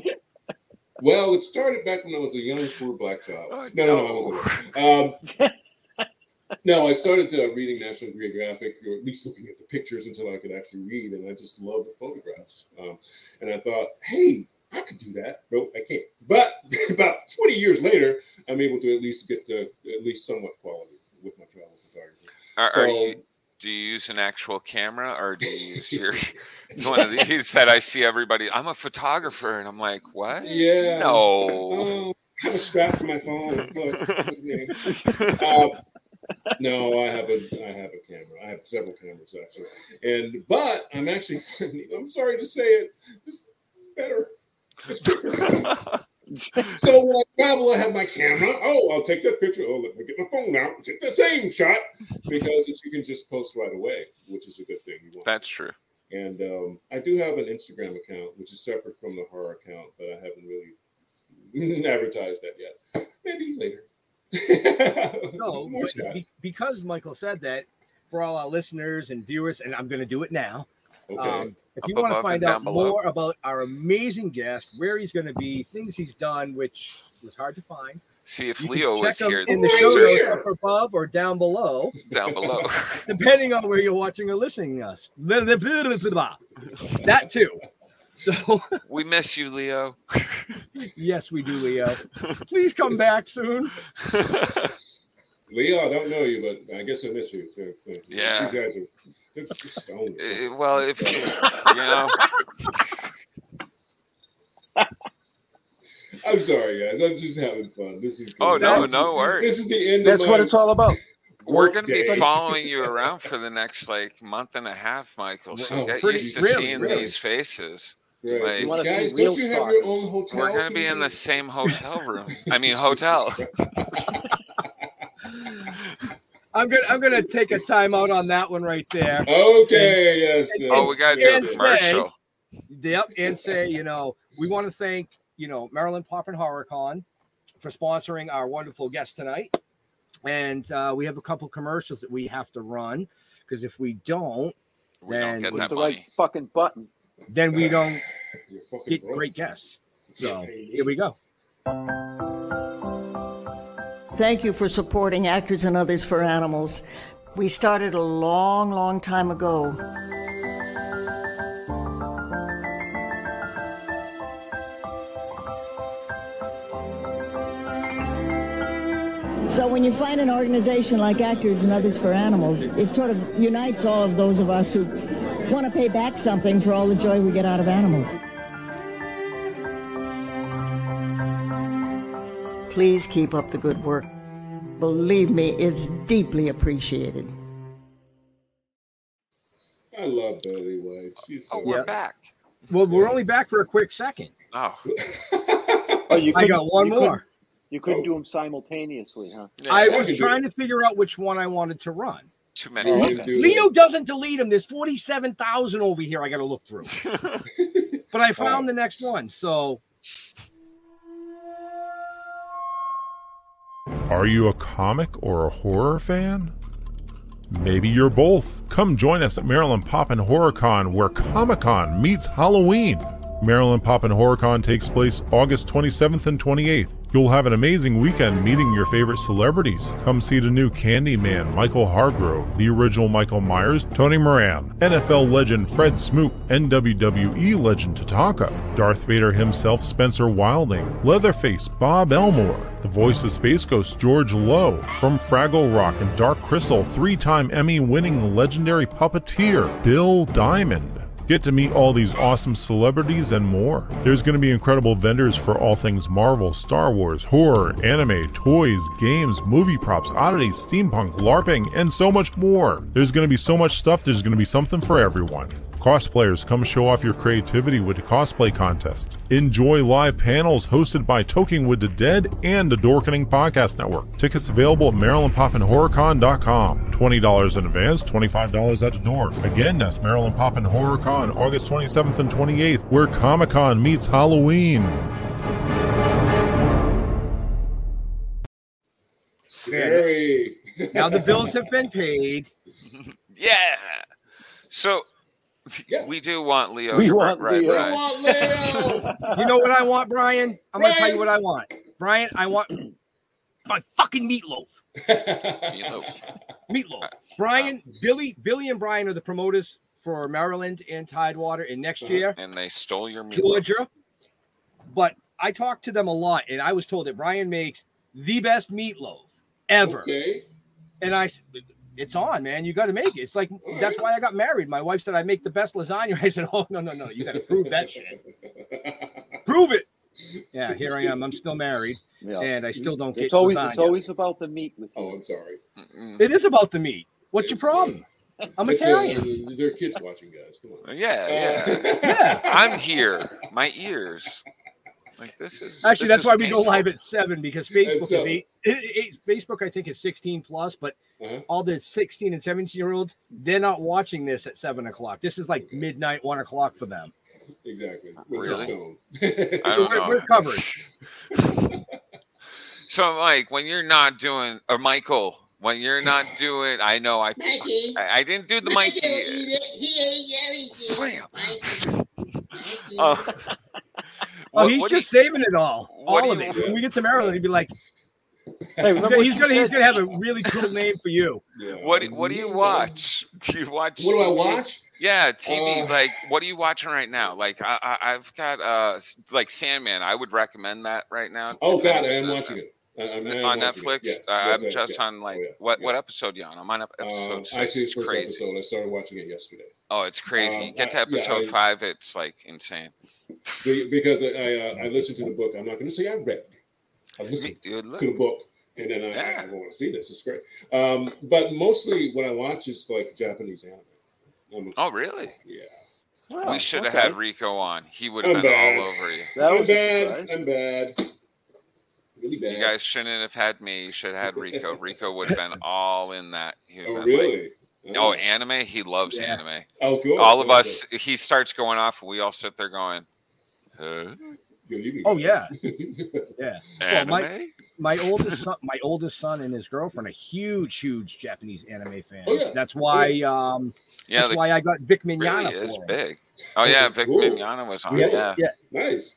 [SPEAKER 9] well, it started back when I was a young poor black child.
[SPEAKER 8] Oh,
[SPEAKER 9] No, no, no. I won't go there. Um, no, I started uh, reading National Geographic, or at least looking at the pictures until I could actually read, and I just loved the photographs. Um, and I thought, hey, I could do that. Nope, I can't. But about 20 years later, I'm able to at least get the, at least uh, somewhat quality with
[SPEAKER 8] Are,
[SPEAKER 9] So
[SPEAKER 8] are you, do you use an actual camera or do you use your it's one of these that I see everybody? I'm a photographer, and I'm like, what?
[SPEAKER 9] yeah,
[SPEAKER 8] No.
[SPEAKER 9] Oh, I have a strap for my phone. Look, yeah. uh, no, I have a I have a camera. I have several cameras actually, and but I'm actually I'm sorry to say it, it's better. It's quicker.
[SPEAKER 6] Oh.
[SPEAKER 9] so when I travel, I have my camera. Oh, I'll take that picture. Oh, let me get my phone out and take the same shot because it's, you can just post right away, which is a good thing. You want.
[SPEAKER 8] That's true.
[SPEAKER 9] And um, I do have an Instagram account, which is separate from the horror account, but I haven't really advertised that yet. Maybe later.
[SPEAKER 6] No,
[SPEAKER 9] More
[SPEAKER 6] but
[SPEAKER 9] shots.
[SPEAKER 6] be- because Michael said that, for all our listeners and viewers, and I'm going to do it now.
[SPEAKER 9] Okay.
[SPEAKER 6] Um, if you
[SPEAKER 8] Up
[SPEAKER 6] want to
[SPEAKER 8] above
[SPEAKER 6] find
[SPEAKER 8] and
[SPEAKER 6] out
[SPEAKER 8] down below.
[SPEAKER 6] more about our amazing guest, where he's going to be, things he's done, which was hard to find,
[SPEAKER 8] See if
[SPEAKER 6] you can
[SPEAKER 8] Leo was
[SPEAKER 6] check 'em
[SPEAKER 8] here
[SPEAKER 6] in the
[SPEAKER 9] Oh,
[SPEAKER 6] show
[SPEAKER 9] he's
[SPEAKER 6] notes
[SPEAKER 9] here.
[SPEAKER 6] up above or down below,
[SPEAKER 8] down below.
[SPEAKER 6] depending on where you're watching or listening us. That too. So
[SPEAKER 8] we miss you, Leo.
[SPEAKER 6] yes, we do, Leo. Please come back soon.
[SPEAKER 9] Leo, I don't know you, but I guess I miss you. So, so.
[SPEAKER 8] Yeah.
[SPEAKER 9] You guys are they're just stoned.
[SPEAKER 8] Eh, well, if you know,
[SPEAKER 9] I'm sorry, guys. I'm just having fun. This is
[SPEAKER 8] Oh, no,
[SPEAKER 9] This
[SPEAKER 8] no
[SPEAKER 9] is-
[SPEAKER 8] worries.
[SPEAKER 9] This is the end
[SPEAKER 7] That's
[SPEAKER 9] of my
[SPEAKER 7] what it's all about.
[SPEAKER 8] we're going to
[SPEAKER 9] workday.
[SPEAKER 8] be following you around for the next like month and a half, Michael. So
[SPEAKER 9] Wow,
[SPEAKER 8] get
[SPEAKER 9] pretty-
[SPEAKER 8] used to
[SPEAKER 6] really,
[SPEAKER 8] seeing
[SPEAKER 9] really.
[SPEAKER 8] these faces.
[SPEAKER 9] Right.
[SPEAKER 8] Like- You
[SPEAKER 7] wanna see
[SPEAKER 9] guys,
[SPEAKER 7] real
[SPEAKER 9] don't you have
[SPEAKER 7] star.
[SPEAKER 9] your own hotel?
[SPEAKER 8] We're going to be in the same hotel room. I mean, hotel.
[SPEAKER 6] I'm gonna I'm gonna take a time out on that one right there.
[SPEAKER 9] Okay, yes. uh,
[SPEAKER 8] Oh, we got to do
[SPEAKER 6] And
[SPEAKER 8] a
[SPEAKER 6] say-
[SPEAKER 8] commercial.
[SPEAKER 6] Yep, and say, you know, we want to thank, you know, Maryland Pop and Horror Con for sponsoring our wonderful guest tonight. And uh, we have a couple commercials that we have to run because if we don't,
[SPEAKER 8] We don't
[SPEAKER 6] And
[SPEAKER 8] get
[SPEAKER 6] with
[SPEAKER 7] Push
[SPEAKER 8] that
[SPEAKER 7] the right
[SPEAKER 8] money.
[SPEAKER 7] fucking button.
[SPEAKER 6] then we don't
[SPEAKER 9] You're fucking
[SPEAKER 6] get
[SPEAKER 9] broke.
[SPEAKER 6] great guests. So here we go.
[SPEAKER 10] Thank you for supporting Actors and Others for Animals. We started a long, long time ago. So when you find an organization like Actors and Others for Animals, it sort of unites all of those of us who want to pay back something for all the joy we get out of animals. Please keep up the good work. Believe me, it's deeply appreciated.
[SPEAKER 9] I love Betty White. She's
[SPEAKER 8] Oh,
[SPEAKER 9] so
[SPEAKER 8] we're
[SPEAKER 6] Yeah.
[SPEAKER 8] back.
[SPEAKER 6] Well, we're only back for a quick second.
[SPEAKER 8] Oh,
[SPEAKER 7] Oh, you
[SPEAKER 6] I
[SPEAKER 7] couldn't-
[SPEAKER 6] got one
[SPEAKER 7] you
[SPEAKER 6] more.
[SPEAKER 7] couldn't- You couldn't
[SPEAKER 9] Oh.
[SPEAKER 7] do them simultaneously, huh?
[SPEAKER 8] yeah,
[SPEAKER 6] I
[SPEAKER 9] I
[SPEAKER 6] was
[SPEAKER 9] can do
[SPEAKER 6] trying to figure out which one I wanted to run.
[SPEAKER 8] too
[SPEAKER 9] You
[SPEAKER 8] many.
[SPEAKER 7] Oh,
[SPEAKER 9] can
[SPEAKER 7] okay.
[SPEAKER 9] do it.
[SPEAKER 6] Leo doesn't delete them. There's 47,000 over here I got to look through. but I
[SPEAKER 9] Oh.
[SPEAKER 6] found the next one. So
[SPEAKER 11] Are you a comic or a horror fan? Maybe you're both. Come join us at Maryland Pop and HorrorCon, where Comic Con meets Halloween. Maryland Pop and HorrorCon takes place August 27th and 28th. You'll have an amazing weekend meeting your favorite celebrities. Come see the new Candyman, Michael Hargrove, the original Michael Myers, Tony Moran, NFL legend Fred Smoot, NWWE E legend Tatanka, Darth Vader himself Spencer Wilding, Leatherface Bob Elmore, the voice of Space Ghost George Lowe, from Fraggle Rock and Dark Crystal, three time Emmy winning legendary puppeteer Bill Diamond. Get to meet all these awesome celebrities and more. There's going to be incredible vendors for all things Marvel, Star Wars, horror, anime, toys, games, movie props, oddities, steampunk, LARPing, and so much more. There's going to be so much stuff, there's going to be something for everyone. Cosplayers, come show off your creativity with a cosplay contest. Enjoy live panels hosted by Toking with the Dead and the Dorkening Podcast Network. Tickets available at MarylandPopandHorrorCon.com. $20 in advance, $25 at the door. Again, that's Maryland Poppin' Horror Con, August 27th and 28th, where Comic Con meets Halloween.
[SPEAKER 9] Scary.
[SPEAKER 6] now the bills have been paid.
[SPEAKER 8] Yeah. So
[SPEAKER 9] Yeah.
[SPEAKER 8] we do want Leo.
[SPEAKER 7] We
[SPEAKER 8] to
[SPEAKER 7] want
[SPEAKER 8] right,
[SPEAKER 7] Leo.
[SPEAKER 9] Come
[SPEAKER 8] right.
[SPEAKER 9] on, Leo.
[SPEAKER 6] You know what I want, Brian? I'm going to tell
[SPEAKER 9] Brian.
[SPEAKER 6] you what I want. Brian, I want my fucking meatloaf.
[SPEAKER 8] You know,
[SPEAKER 6] Meatloaf. Brian, Billy, Billy and Brian are the promoters for Maryland and Tidewater and next
[SPEAKER 9] Uh-huh.
[SPEAKER 6] year,
[SPEAKER 8] and they stole your meat.
[SPEAKER 6] Georgia. But I talked to them a lot and I was told that Brian makes the best meatloaf ever.
[SPEAKER 9] okay.
[SPEAKER 6] And I s- it's on, man. You got to make it. It's like that's why I got married. My wife said I make the best lasagna. I said, oh no no no, you got to prove that shit. prove it. Yeah, here I am. I'm still married, and I still don't get
[SPEAKER 7] It's always
[SPEAKER 6] lasagna.
[SPEAKER 7] it's always about the meat with you.
[SPEAKER 9] Oh, I'm sorry.
[SPEAKER 6] It is about the meat. What's your problem? I'm
[SPEAKER 9] It's, uh,
[SPEAKER 6] Italian.
[SPEAKER 9] there are kids watching, guys. Come on.
[SPEAKER 8] Yeah, Uh, yeah. I'm here. My ears. Like this is
[SPEAKER 6] Actually,
[SPEAKER 8] this
[SPEAKER 6] that's
[SPEAKER 8] is
[SPEAKER 6] why we go
[SPEAKER 8] painful.
[SPEAKER 6] live at seven because
[SPEAKER 9] At
[SPEAKER 6] Facebook is
[SPEAKER 9] seven.
[SPEAKER 6] eight, it- it- Facebook, I think, is 16 plus, but
[SPEAKER 9] Uh-huh.
[SPEAKER 6] all the 16 and 17 year olds, they're not watching this at seven o'clock. This is like midnight, one o'clock for them.
[SPEAKER 9] Exactly. With
[SPEAKER 8] Really?
[SPEAKER 9] your stone.
[SPEAKER 8] I don't
[SPEAKER 6] we're,
[SPEAKER 8] know.
[SPEAKER 6] we're covered.
[SPEAKER 8] So Mike, when you're not doing or Michael, when you're not doing I know I
[SPEAKER 12] Mikey.
[SPEAKER 8] I, I didn't do the Mikey.
[SPEAKER 12] He ate everything.
[SPEAKER 8] Wham.
[SPEAKER 12] Mikey. Mikey.
[SPEAKER 8] Oh,
[SPEAKER 6] Oh,
[SPEAKER 8] What-
[SPEAKER 6] he's
[SPEAKER 8] what do
[SPEAKER 6] just saving it all.
[SPEAKER 8] what
[SPEAKER 6] All
[SPEAKER 8] do
[SPEAKER 6] of
[SPEAKER 8] you-
[SPEAKER 6] it. When we get to Maryland, he'd be like,
[SPEAKER 7] Hey,
[SPEAKER 6] he's
[SPEAKER 7] remember
[SPEAKER 6] gonna,
[SPEAKER 7] what
[SPEAKER 6] he's
[SPEAKER 7] you
[SPEAKER 6] gonna, he's
[SPEAKER 7] said?
[SPEAKER 6] gonna have a really cool name for you.
[SPEAKER 9] Yeah.
[SPEAKER 8] What do- what do you watch? Do you watch?
[SPEAKER 9] What do I
[SPEAKER 8] TV?
[SPEAKER 9] watch?
[SPEAKER 8] Yeah, TV.
[SPEAKER 6] Oh.
[SPEAKER 9] Uh,
[SPEAKER 8] like, what are you watching right now? Like, I, I I've got uh s- like Sandman. I would recommend that right now.
[SPEAKER 9] Oh God, I am watching it. I, I'm now
[SPEAKER 8] on
[SPEAKER 9] watching
[SPEAKER 8] Netflix.
[SPEAKER 9] it. Yeah,
[SPEAKER 8] Uh,
[SPEAKER 9] yes, I-
[SPEAKER 8] I'm just
[SPEAKER 9] yeah.
[SPEAKER 8] on like
[SPEAKER 9] Oh, yeah,
[SPEAKER 8] what
[SPEAKER 9] yeah.
[SPEAKER 8] what episode you on? I'm on ep-
[SPEAKER 9] Uh,
[SPEAKER 8] episode six.
[SPEAKER 9] actually,
[SPEAKER 8] It's
[SPEAKER 9] first
[SPEAKER 8] crazy.
[SPEAKER 9] episode. I started watching it yesterday.
[SPEAKER 8] Oh, it's crazy. you
[SPEAKER 9] Um,
[SPEAKER 8] get to
[SPEAKER 9] I- yeah,
[SPEAKER 8] episode
[SPEAKER 9] I-
[SPEAKER 8] five, it's like insane.
[SPEAKER 9] Be- because I I, uh, I listened to the book. I'm not going to say I read. I listened
[SPEAKER 8] Dude, look.
[SPEAKER 9] to the book, and then I,
[SPEAKER 8] Yeah.
[SPEAKER 9] I, want to see this. It's great. Um, but mostly, what I watch is like Japanese anime. I'm-
[SPEAKER 8] Oh, really?
[SPEAKER 9] yeah.
[SPEAKER 7] Wow,
[SPEAKER 8] we should have
[SPEAKER 7] okay.
[SPEAKER 8] had Rico on. He would
[SPEAKER 9] I'm
[SPEAKER 8] have been
[SPEAKER 9] bad.
[SPEAKER 8] all over you.
[SPEAKER 7] That
[SPEAKER 9] I'm
[SPEAKER 7] was a
[SPEAKER 9] bad.
[SPEAKER 7] surprise.
[SPEAKER 9] I'm bad. Really bad.
[SPEAKER 8] You guys shouldn't have had me. You should have had Rico. Rico would have been all in that. He would've
[SPEAKER 9] oh,
[SPEAKER 8] been like-
[SPEAKER 9] really?
[SPEAKER 8] oh, anime. He loves
[SPEAKER 6] Yeah.
[SPEAKER 8] anime.
[SPEAKER 9] oh, good.
[SPEAKER 8] all of
[SPEAKER 9] Oh,
[SPEAKER 8] us. He starts going off. We all sit there going, huh?
[SPEAKER 9] good. Yo, you can-
[SPEAKER 6] Oh yeah, yeah. Well,
[SPEAKER 8] anime.
[SPEAKER 6] my- my oldest son, my oldest son and his girlfriend are huge, huge Japanese anime fans.
[SPEAKER 9] Oh, yeah.
[SPEAKER 6] That's why um
[SPEAKER 8] yeah,
[SPEAKER 6] that's
[SPEAKER 8] the
[SPEAKER 6] why I got Vic
[SPEAKER 8] really
[SPEAKER 6] Mignogna
[SPEAKER 8] is
[SPEAKER 6] for him.
[SPEAKER 8] big. Oh yeah, Vic
[SPEAKER 9] Cool.
[SPEAKER 8] Mignogna was on.
[SPEAKER 9] Yeah.
[SPEAKER 8] Yeah.
[SPEAKER 9] nice.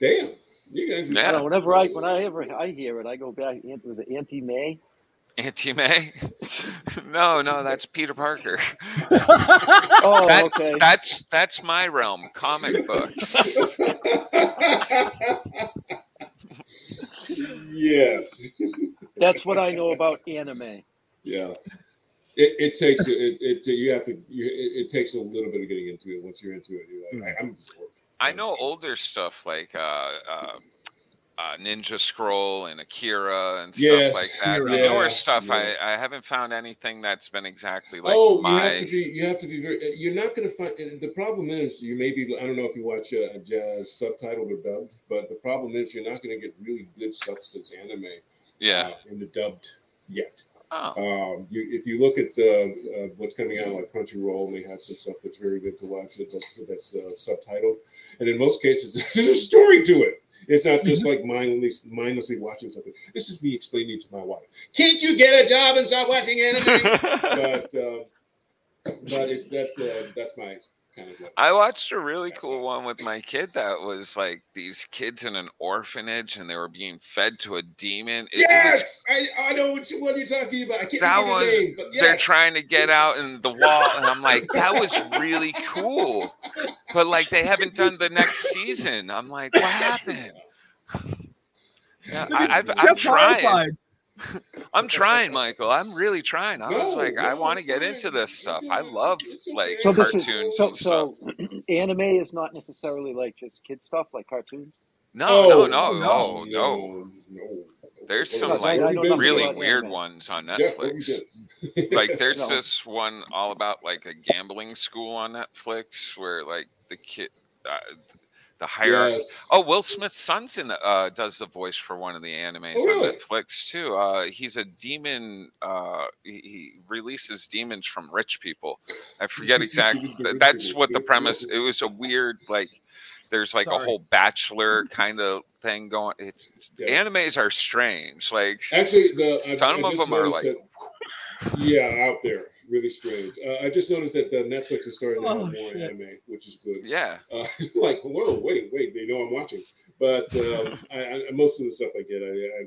[SPEAKER 9] Damn. You guys.
[SPEAKER 8] Yeah.
[SPEAKER 7] I don't know, whenever I when I ever I hear it, I go back. Aunt, was it Auntie May?
[SPEAKER 8] Auntie May. no, no, that's Peter Parker.
[SPEAKER 7] Oh,
[SPEAKER 8] That-
[SPEAKER 7] okay.
[SPEAKER 8] That's that's my realm. Comic books.
[SPEAKER 9] yes.
[SPEAKER 7] That's what I know about anime.
[SPEAKER 9] Yeah. It, it takes it, it you have to you, it, it takes a little bit of getting into it once you're into it
[SPEAKER 7] Hmm.
[SPEAKER 9] you're like I, am just bored."
[SPEAKER 8] I know older stuff like uh, uh, uh, Ninja Scroll and Akira and
[SPEAKER 9] Yes,
[SPEAKER 8] stuff like that.
[SPEAKER 6] Akira,
[SPEAKER 9] yeah,
[SPEAKER 8] Newer stuff.
[SPEAKER 9] yeah.
[SPEAKER 8] I, I haven't found anything that's been exactly like
[SPEAKER 9] oh you
[SPEAKER 8] my.
[SPEAKER 9] have to be you have to be very eh, you're not going to find and the problem is you may be I don't know if you watch uh, jazz subtitled or dubbed but the problem is you're not going to get really good substance anime
[SPEAKER 8] yeah.
[SPEAKER 9] uh, in the dubbed yet
[SPEAKER 8] Oh,
[SPEAKER 9] Um, you, if you look at uh, uh, what's coming out, like Crunchyroll, they have some stuff that's very good to watch that- that's, that's uh, subtitled, and in most cases, there's a story to it. It's not just
[SPEAKER 8] Mm-hmm.
[SPEAKER 9] like mindlessly mindlessly watching something. This is me explaining to my wife. Can't you get a job and stop watching anime? but uh, but it's that's uh, that's my kind of like.
[SPEAKER 8] I watched a really cool one with my kid that was like these kids in an orphanage and they were being fed to a demon. It- it was-
[SPEAKER 9] yes, I, I know what, you, what you're talking about. I can't
[SPEAKER 8] That
[SPEAKER 9] remember the
[SPEAKER 8] was-
[SPEAKER 9] name, but yes.
[SPEAKER 8] they're trying to get out in the wall and i'm like that was really cool but like they haven't done the next season i'm like what happened yeah, I, I've, I'm
[SPEAKER 6] Jeff's
[SPEAKER 8] trying.
[SPEAKER 6] horrified.
[SPEAKER 8] I'm trying, Michael. I'm really trying. I was
[SPEAKER 9] No,
[SPEAKER 8] like, I
[SPEAKER 9] no,
[SPEAKER 8] want to
[SPEAKER 9] it's
[SPEAKER 8] get
[SPEAKER 9] fine.
[SPEAKER 8] into this stuff.
[SPEAKER 9] It's
[SPEAKER 8] I
[SPEAKER 9] okay.
[SPEAKER 8] love
[SPEAKER 9] It's
[SPEAKER 8] like
[SPEAKER 9] okay.
[SPEAKER 7] So this is
[SPEAKER 8] cartoons
[SPEAKER 7] so
[SPEAKER 8] and stuff.
[SPEAKER 7] so. anime is not necessarily like just kid stuff, like cartoons.
[SPEAKER 8] No,
[SPEAKER 9] Oh,
[SPEAKER 8] no,
[SPEAKER 9] no,
[SPEAKER 8] no, no, no.
[SPEAKER 9] no.
[SPEAKER 8] There's
[SPEAKER 9] What
[SPEAKER 8] some
[SPEAKER 9] about-
[SPEAKER 8] like
[SPEAKER 9] what have you been
[SPEAKER 8] really
[SPEAKER 9] doing?
[SPEAKER 8] weird
[SPEAKER 7] anime.
[SPEAKER 8] ones on
[SPEAKER 9] Jeff, what have you
[SPEAKER 8] Netflix.
[SPEAKER 9] been
[SPEAKER 8] like there's
[SPEAKER 7] No.
[SPEAKER 8] this one all about like a gambling school on Netflix where like the kid, uh, the hierarchy.
[SPEAKER 9] Yes.
[SPEAKER 8] Oh, Will Smith's son's in the, uh, does the voice for one of the animes
[SPEAKER 9] Oh, really?
[SPEAKER 8] on Netflix too. Uh, he's a demon. Uh, he, he releases demons from rich people. I forget
[SPEAKER 9] Releases
[SPEAKER 8] exactly.
[SPEAKER 9] demons from rich
[SPEAKER 8] That's
[SPEAKER 9] people.
[SPEAKER 8] what the
[SPEAKER 9] Yes,
[SPEAKER 8] premise.
[SPEAKER 9] yes.
[SPEAKER 8] It was a weird like. There's like
[SPEAKER 6] Sorry.
[SPEAKER 8] a whole bachelor kind of thing going. It's, it's
[SPEAKER 9] Yeah.
[SPEAKER 8] animes are strange. Like
[SPEAKER 9] Actually, the
[SPEAKER 8] Some of
[SPEAKER 9] just
[SPEAKER 8] them are
[SPEAKER 9] noticed
[SPEAKER 8] like-
[SPEAKER 9] that- yeah, out there, really strange. Uh, I just noticed that uh, Netflix is starting to have
[SPEAKER 6] Oh,
[SPEAKER 9] more
[SPEAKER 6] shit.
[SPEAKER 9] anime, which is good.
[SPEAKER 8] yeah,
[SPEAKER 9] Uh, like, whoa, wait, wait, they know I'm watching. But um, I, I, most of the stuff I get, I, I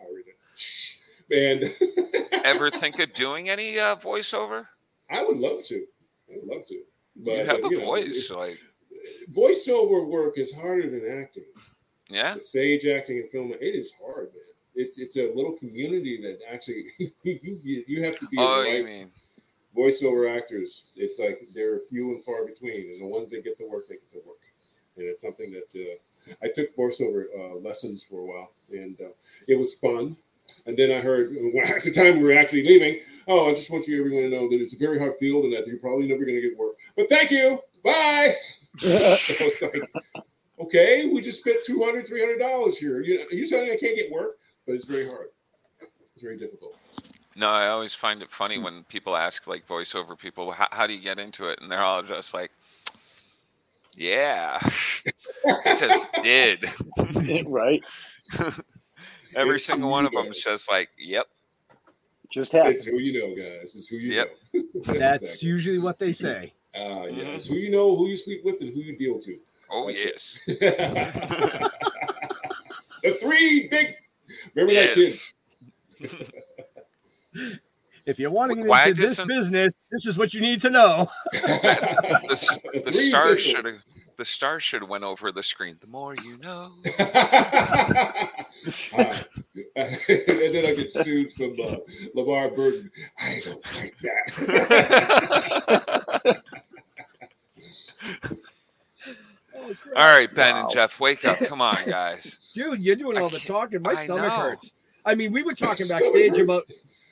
[SPEAKER 9] pirate it. And
[SPEAKER 8] ever think of doing any uh, voiceover?
[SPEAKER 9] I would love to. I would love to. But
[SPEAKER 8] you have
[SPEAKER 9] uh,
[SPEAKER 8] a
[SPEAKER 9] know,
[SPEAKER 8] voice, like
[SPEAKER 9] it's- voiceover work is harder than acting.
[SPEAKER 8] yeah.
[SPEAKER 9] The stage acting and film, it is hard, man. it's it's a little community that actually you you- you have to be
[SPEAKER 8] Oh,
[SPEAKER 9] a
[SPEAKER 8] you
[SPEAKER 9] right
[SPEAKER 8] mean.
[SPEAKER 9] voiceover actors. It's like they're few and far between, and the ones that get the work, they get the work, and it's something that uh, I took voiceover uh, lessons for a while, and uh, it was fun. And then I heard at the time we were actually leaving. Oh, I just want you everyone to know that it's a very hard field, and that you're probably never going to get work. But thank you. Bye. so it's like, okay, we just spent 200 $300 here. You know, you're telling me I can't get work, but it's very hard. It's very difficult.
[SPEAKER 8] No, I always find it
[SPEAKER 9] Hmm.
[SPEAKER 8] funny when people ask like voiceover people, how, how do you get into it? And they're all just like, yeah, I just did.
[SPEAKER 7] right?
[SPEAKER 8] Every
[SPEAKER 9] It's
[SPEAKER 8] single
[SPEAKER 9] who
[SPEAKER 8] one
[SPEAKER 9] you
[SPEAKER 8] of them
[SPEAKER 9] know.
[SPEAKER 8] is just like, yep,
[SPEAKER 7] Just
[SPEAKER 9] It's who you know, guys. It's who you
[SPEAKER 8] yep. Mm-hmm.
[SPEAKER 9] know.
[SPEAKER 6] That's
[SPEAKER 9] Exactly.
[SPEAKER 6] usually what they say.
[SPEAKER 9] Ah, yeah. It's who you know, who you sleep with, and who you deal to.
[SPEAKER 8] Oh,
[SPEAKER 9] That's
[SPEAKER 8] yes.
[SPEAKER 9] it. the three big. Remember that,
[SPEAKER 8] Yes.
[SPEAKER 9] kids.
[SPEAKER 6] If you're wanting to
[SPEAKER 8] Why
[SPEAKER 6] get into this
[SPEAKER 8] doesn't-
[SPEAKER 6] business, this is what you need to know.
[SPEAKER 8] The, s- the
[SPEAKER 9] Three
[SPEAKER 8] star
[SPEAKER 9] singles.
[SPEAKER 8] should have the star should have went over the screen. The more you know.
[SPEAKER 9] Ah. and then I get sued from uh, LeVar Burton. I don't like that.
[SPEAKER 8] All right, Ben and Jeff, wake up. Come on, guys.
[SPEAKER 6] Dude, you're doing all the talking. My
[SPEAKER 8] I
[SPEAKER 6] stomach
[SPEAKER 8] know.
[SPEAKER 6] hurts. I mean, we were talking
[SPEAKER 9] Stomach
[SPEAKER 6] backstage
[SPEAKER 9] hurts.
[SPEAKER 6] about.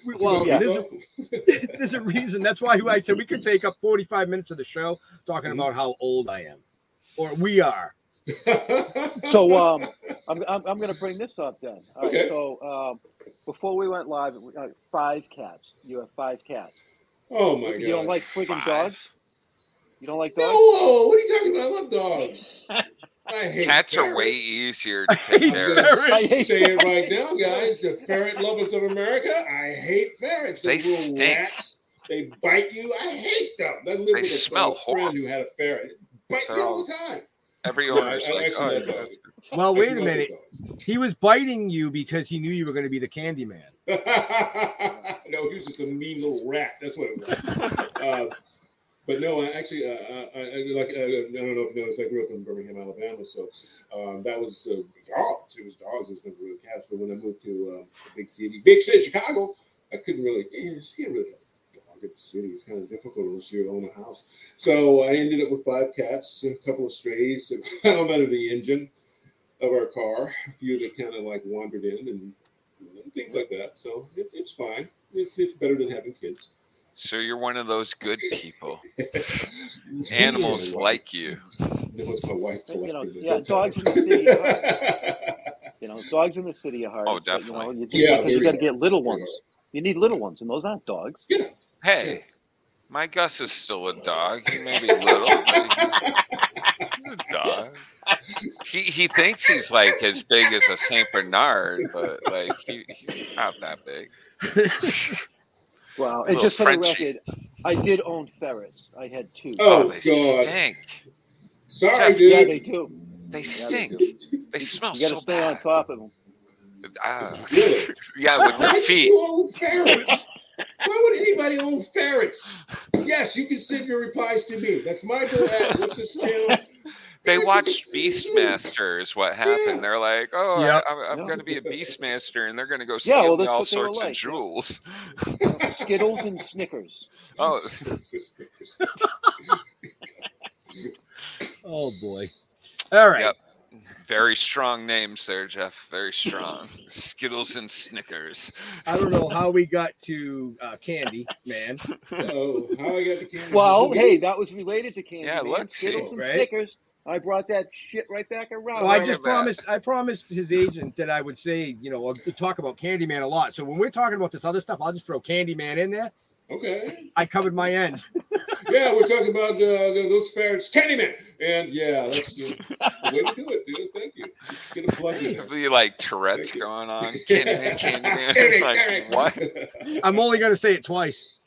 [SPEAKER 6] we- Well,
[SPEAKER 9] Yeah.
[SPEAKER 6] there's, a, there's a reason. That's why I said we could take up 45 minutes of the show talking
[SPEAKER 8] Mm-hmm.
[SPEAKER 6] about how old I am, or we are.
[SPEAKER 7] So um, I'm, I'm, I'm going to bring this up then. All right,
[SPEAKER 9] Okay.
[SPEAKER 7] So um, before we went live, we- uh, five cats. You have five cats.
[SPEAKER 9] oh my god!
[SPEAKER 7] You don't like freaking
[SPEAKER 8] Five.
[SPEAKER 7] dogs? You don't like
[SPEAKER 9] No,
[SPEAKER 7] dogs?
[SPEAKER 9] whoa, what are you talking about? I love dogs. I hate
[SPEAKER 8] Cats are way
[SPEAKER 9] ferrets.
[SPEAKER 8] easier to take
[SPEAKER 6] hate
[SPEAKER 8] care of.
[SPEAKER 6] ferrets.
[SPEAKER 9] I hate
[SPEAKER 7] I
[SPEAKER 9] say it right now, guys. The ferret lovers of America, I hate ferrets. They're
[SPEAKER 8] They
[SPEAKER 9] little
[SPEAKER 8] stink.
[SPEAKER 9] Rats. They bite you. I hate them. I lived with a
[SPEAKER 8] smell
[SPEAKER 9] friend
[SPEAKER 8] horrible.
[SPEAKER 9] who had a ferret. It bite me
[SPEAKER 8] They're
[SPEAKER 9] all
[SPEAKER 8] all-
[SPEAKER 9] the time.
[SPEAKER 8] Every
[SPEAKER 9] No,
[SPEAKER 8] owner's
[SPEAKER 9] I- I
[SPEAKER 8] like,
[SPEAKER 9] actually
[SPEAKER 8] oh,
[SPEAKER 9] love
[SPEAKER 8] you know,
[SPEAKER 9] dogs.
[SPEAKER 6] Well,
[SPEAKER 9] I
[SPEAKER 6] wait
[SPEAKER 9] do
[SPEAKER 6] a
[SPEAKER 9] love
[SPEAKER 6] minute.
[SPEAKER 9] dogs.
[SPEAKER 6] He was biting you because he knew you were going to be the candy man.
[SPEAKER 9] no, he was just a mean little rat. That's what it was. uh, but no, I actually, uh, I, I, I- like, I, I don't know if you noticed, I grew up in Birmingham, Alabama, so um, that was uh, dogs. It was dogs. It was never really cats. But when I moved to um, a big city, big city, Chicago, I couldn't really, yeah, you can't really have a dog in the city. It's kind of difficult unless you own a house. So I ended up with five cats, a couple of strays, that found out of the engine of our car, a few that kind of like wandered in and and things like that. So it's it's fine. It's it's better than having kids.
[SPEAKER 8] so you're one of those good people. Animals
[SPEAKER 9] My wife-
[SPEAKER 8] like you.
[SPEAKER 9] No, it's my wife
[SPEAKER 7] You know,
[SPEAKER 9] collected. it.
[SPEAKER 7] yeah,
[SPEAKER 9] Don't tell
[SPEAKER 7] dogs
[SPEAKER 9] her.
[SPEAKER 7] in the city You know, dogs in the city are hard.
[SPEAKER 8] Oh,
[SPEAKER 7] but,
[SPEAKER 8] definitely.
[SPEAKER 7] You know, you,
[SPEAKER 9] Yeah,
[SPEAKER 7] because you
[SPEAKER 9] very
[SPEAKER 7] got to get little
[SPEAKER 9] Very
[SPEAKER 7] ones. You need little ones, and those aren't dogs.
[SPEAKER 8] Hey, my Gus is still a dog. He may be little, but he- he's a dog. He he thinks he's like as big as a Saint Bernard, but like he, he's not that big.
[SPEAKER 7] Wow. And
[SPEAKER 8] Little
[SPEAKER 7] just for
[SPEAKER 8] Frenchie.
[SPEAKER 7] the record, I did own ferrets. I had two.
[SPEAKER 9] Oh,
[SPEAKER 8] Oh, they
[SPEAKER 9] God.
[SPEAKER 8] stink.
[SPEAKER 9] Sorry,
[SPEAKER 8] Jeff,
[SPEAKER 9] dude.
[SPEAKER 7] yeah, they do.
[SPEAKER 8] They stink. They smell
[SPEAKER 7] You got to
[SPEAKER 8] Oh, so
[SPEAKER 7] stay on
[SPEAKER 8] bad.
[SPEAKER 7] top of them.
[SPEAKER 8] Ah.
[SPEAKER 9] Really?
[SPEAKER 8] yeah, with
[SPEAKER 9] Why
[SPEAKER 8] their
[SPEAKER 9] would
[SPEAKER 8] feet.
[SPEAKER 9] you own ferrets? Why would anybody own ferrets? Yes, you can send your replies to me. That's Michael at what's his channel?
[SPEAKER 8] They
[SPEAKER 9] Ferrets is-
[SPEAKER 8] watched Beastmaster is what happened.
[SPEAKER 9] Yeah.
[SPEAKER 8] They're like, oh,
[SPEAKER 6] Yeah.
[SPEAKER 8] I, I'm, I'm
[SPEAKER 7] Yeah.
[SPEAKER 8] going to be a Beastmaster, and they're going to go steal
[SPEAKER 7] Yeah, well,
[SPEAKER 8] me
[SPEAKER 7] that's
[SPEAKER 8] all
[SPEAKER 7] what they were
[SPEAKER 8] sorts of
[SPEAKER 7] like, yeah.
[SPEAKER 8] jewels.
[SPEAKER 7] Skittles and Snickers.
[SPEAKER 8] Oh,
[SPEAKER 6] Oh boy. All right.
[SPEAKER 8] Yep. very strong names there, Jeff. Very strong. Skittles and Snickers.
[SPEAKER 6] I don't know how we got to uh, candy man.
[SPEAKER 9] Oh, how I got the camera?
[SPEAKER 7] Well, hey, that was related to candy.
[SPEAKER 8] Yeah,
[SPEAKER 7] man.
[SPEAKER 8] look, see.
[SPEAKER 7] Skittles and
[SPEAKER 6] Right?
[SPEAKER 7] Snickers. I brought that shit Oh, right back around.
[SPEAKER 6] Well, I
[SPEAKER 8] Look
[SPEAKER 6] just
[SPEAKER 8] at that.
[SPEAKER 6] promised. I promised his agent that I would say, you know, I'll talk about Candyman a lot. So when we're talking about this other stuff, I'll just throw Candyman in there.
[SPEAKER 9] Okay.
[SPEAKER 6] I covered my end.
[SPEAKER 9] yeah, we're talking about uh, those ferrets, Candyman, and yeah, that's the the way to do it, dude. Thank you. Get a plug in.
[SPEAKER 8] It'd be like Tourette's
[SPEAKER 9] Thank you.
[SPEAKER 8] going on. Candyman, Candyman. like, what?
[SPEAKER 6] I'm only gonna say it twice.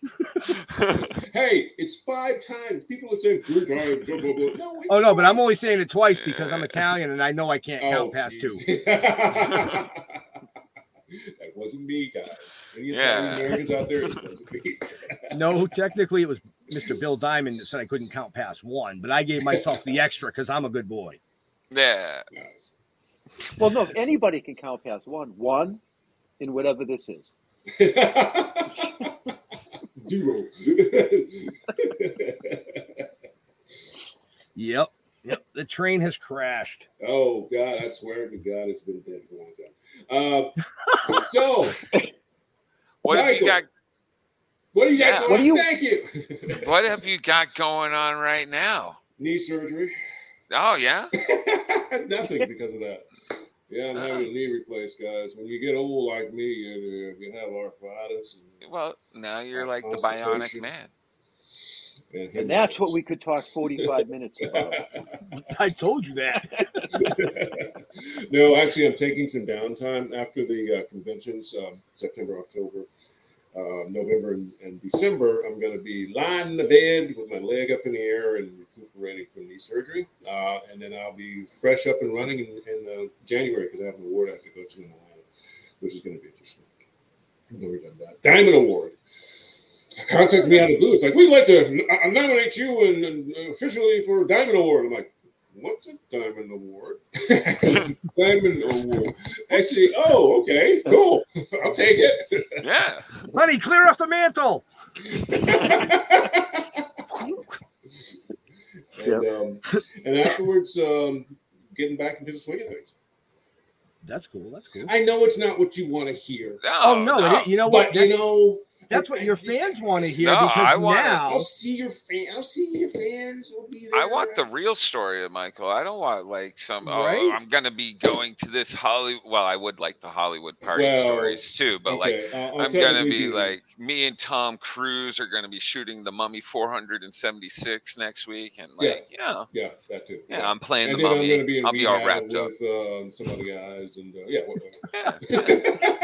[SPEAKER 9] hey, it's five times. People are saying blue drive. Blah, blah, blah. No, it's
[SPEAKER 6] Oh no, but I'm
[SPEAKER 9] five.
[SPEAKER 6] only saying it twice because I'm Italian and I know I can't
[SPEAKER 9] Oh,
[SPEAKER 6] count past two.
[SPEAKER 9] geez. that wasn't me, guys. Any Italian
[SPEAKER 8] Yeah.
[SPEAKER 9] Americans out there, it wasn't me.
[SPEAKER 6] No, technically it was Mr. Bill Diamond that said I couldn't count past one, but I gave myself the extra because I'm a good boy.
[SPEAKER 8] Yeah.
[SPEAKER 9] Nice.
[SPEAKER 7] Well, no, anybody can count past one. One, in whatever this is.
[SPEAKER 9] Duo.
[SPEAKER 6] Yep. Yep. The train has crashed.
[SPEAKER 9] Oh God, I swear to God, it's been dead for a long time. Uh, so,
[SPEAKER 8] What have you
[SPEAKER 9] Michael,
[SPEAKER 8] got?
[SPEAKER 9] What do you got
[SPEAKER 8] Yeah.
[SPEAKER 9] going
[SPEAKER 8] What do you-
[SPEAKER 9] Thank you.
[SPEAKER 8] What have you got going on right now?
[SPEAKER 9] Knee surgery.
[SPEAKER 8] Oh yeah.
[SPEAKER 9] Nothing because of that. Yeah, I'm having a knee replaced, guys. When you get old like me, you, you have arthritis.
[SPEAKER 8] Well, now you're like the bionic
[SPEAKER 9] Constipation.
[SPEAKER 8] man.
[SPEAKER 9] And,
[SPEAKER 7] and that's what we could talk 45 minutes about.
[SPEAKER 6] I told you that.
[SPEAKER 9] no, actually, I'm taking some downtime after the uh, conventions, um, September, October, uh, November, and, and December. I'm going to be lying in the bed with my leg up in the air and recuperating from knee surgery. Uh, and then I'll be fresh up and running in, in uh, January because I have an award I have to go to in Atlanta, which is going to be interesting. I've never done that. Diamond Award. Contact me out of the blue. It's like, we'd like to uh, nominate you and, and officially for Diamond Award. I'm like, What's a diamond award? diamond award. Actually, oh, okay, cool. I'll take it.
[SPEAKER 8] Yeah.
[SPEAKER 6] Honey, clear off the mantle.
[SPEAKER 9] And, um, and afterwards, um, getting back into the swing of things.
[SPEAKER 6] That's cool. That's cool.
[SPEAKER 9] I know it's not what you want to hear.
[SPEAKER 6] oh no! it is- you know what?
[SPEAKER 9] But you know,
[SPEAKER 6] that's what your fans want to hear
[SPEAKER 8] No,
[SPEAKER 6] because
[SPEAKER 8] I wanna-
[SPEAKER 6] now
[SPEAKER 9] I'll see your fan. I'll see your fans. Will be there.
[SPEAKER 8] I want the real story of Michael. I don't want like some.
[SPEAKER 9] Right?
[SPEAKER 8] Oh, I'm gonna be going to this Hollywood. Well, I would like the Hollywood party
[SPEAKER 9] Well,
[SPEAKER 8] stories too, but
[SPEAKER 9] okay,
[SPEAKER 8] like
[SPEAKER 9] uh, I'll
[SPEAKER 8] I'm
[SPEAKER 9] tell you
[SPEAKER 8] gonna
[SPEAKER 9] we
[SPEAKER 8] be
[SPEAKER 9] do.
[SPEAKER 8] like me and Tom Cruise are gonna be shooting the Mummy 476 next week, and like yeah, yeah,
[SPEAKER 9] yeah, that too.
[SPEAKER 8] I'm playing
[SPEAKER 9] and
[SPEAKER 8] the
[SPEAKER 9] then I'm
[SPEAKER 8] Mummy.
[SPEAKER 9] gonna be in
[SPEAKER 8] I'll be all
[SPEAKER 9] rehab
[SPEAKER 8] wrapped up.
[SPEAKER 9] with um, some other guys, and uh, yeah, whatever.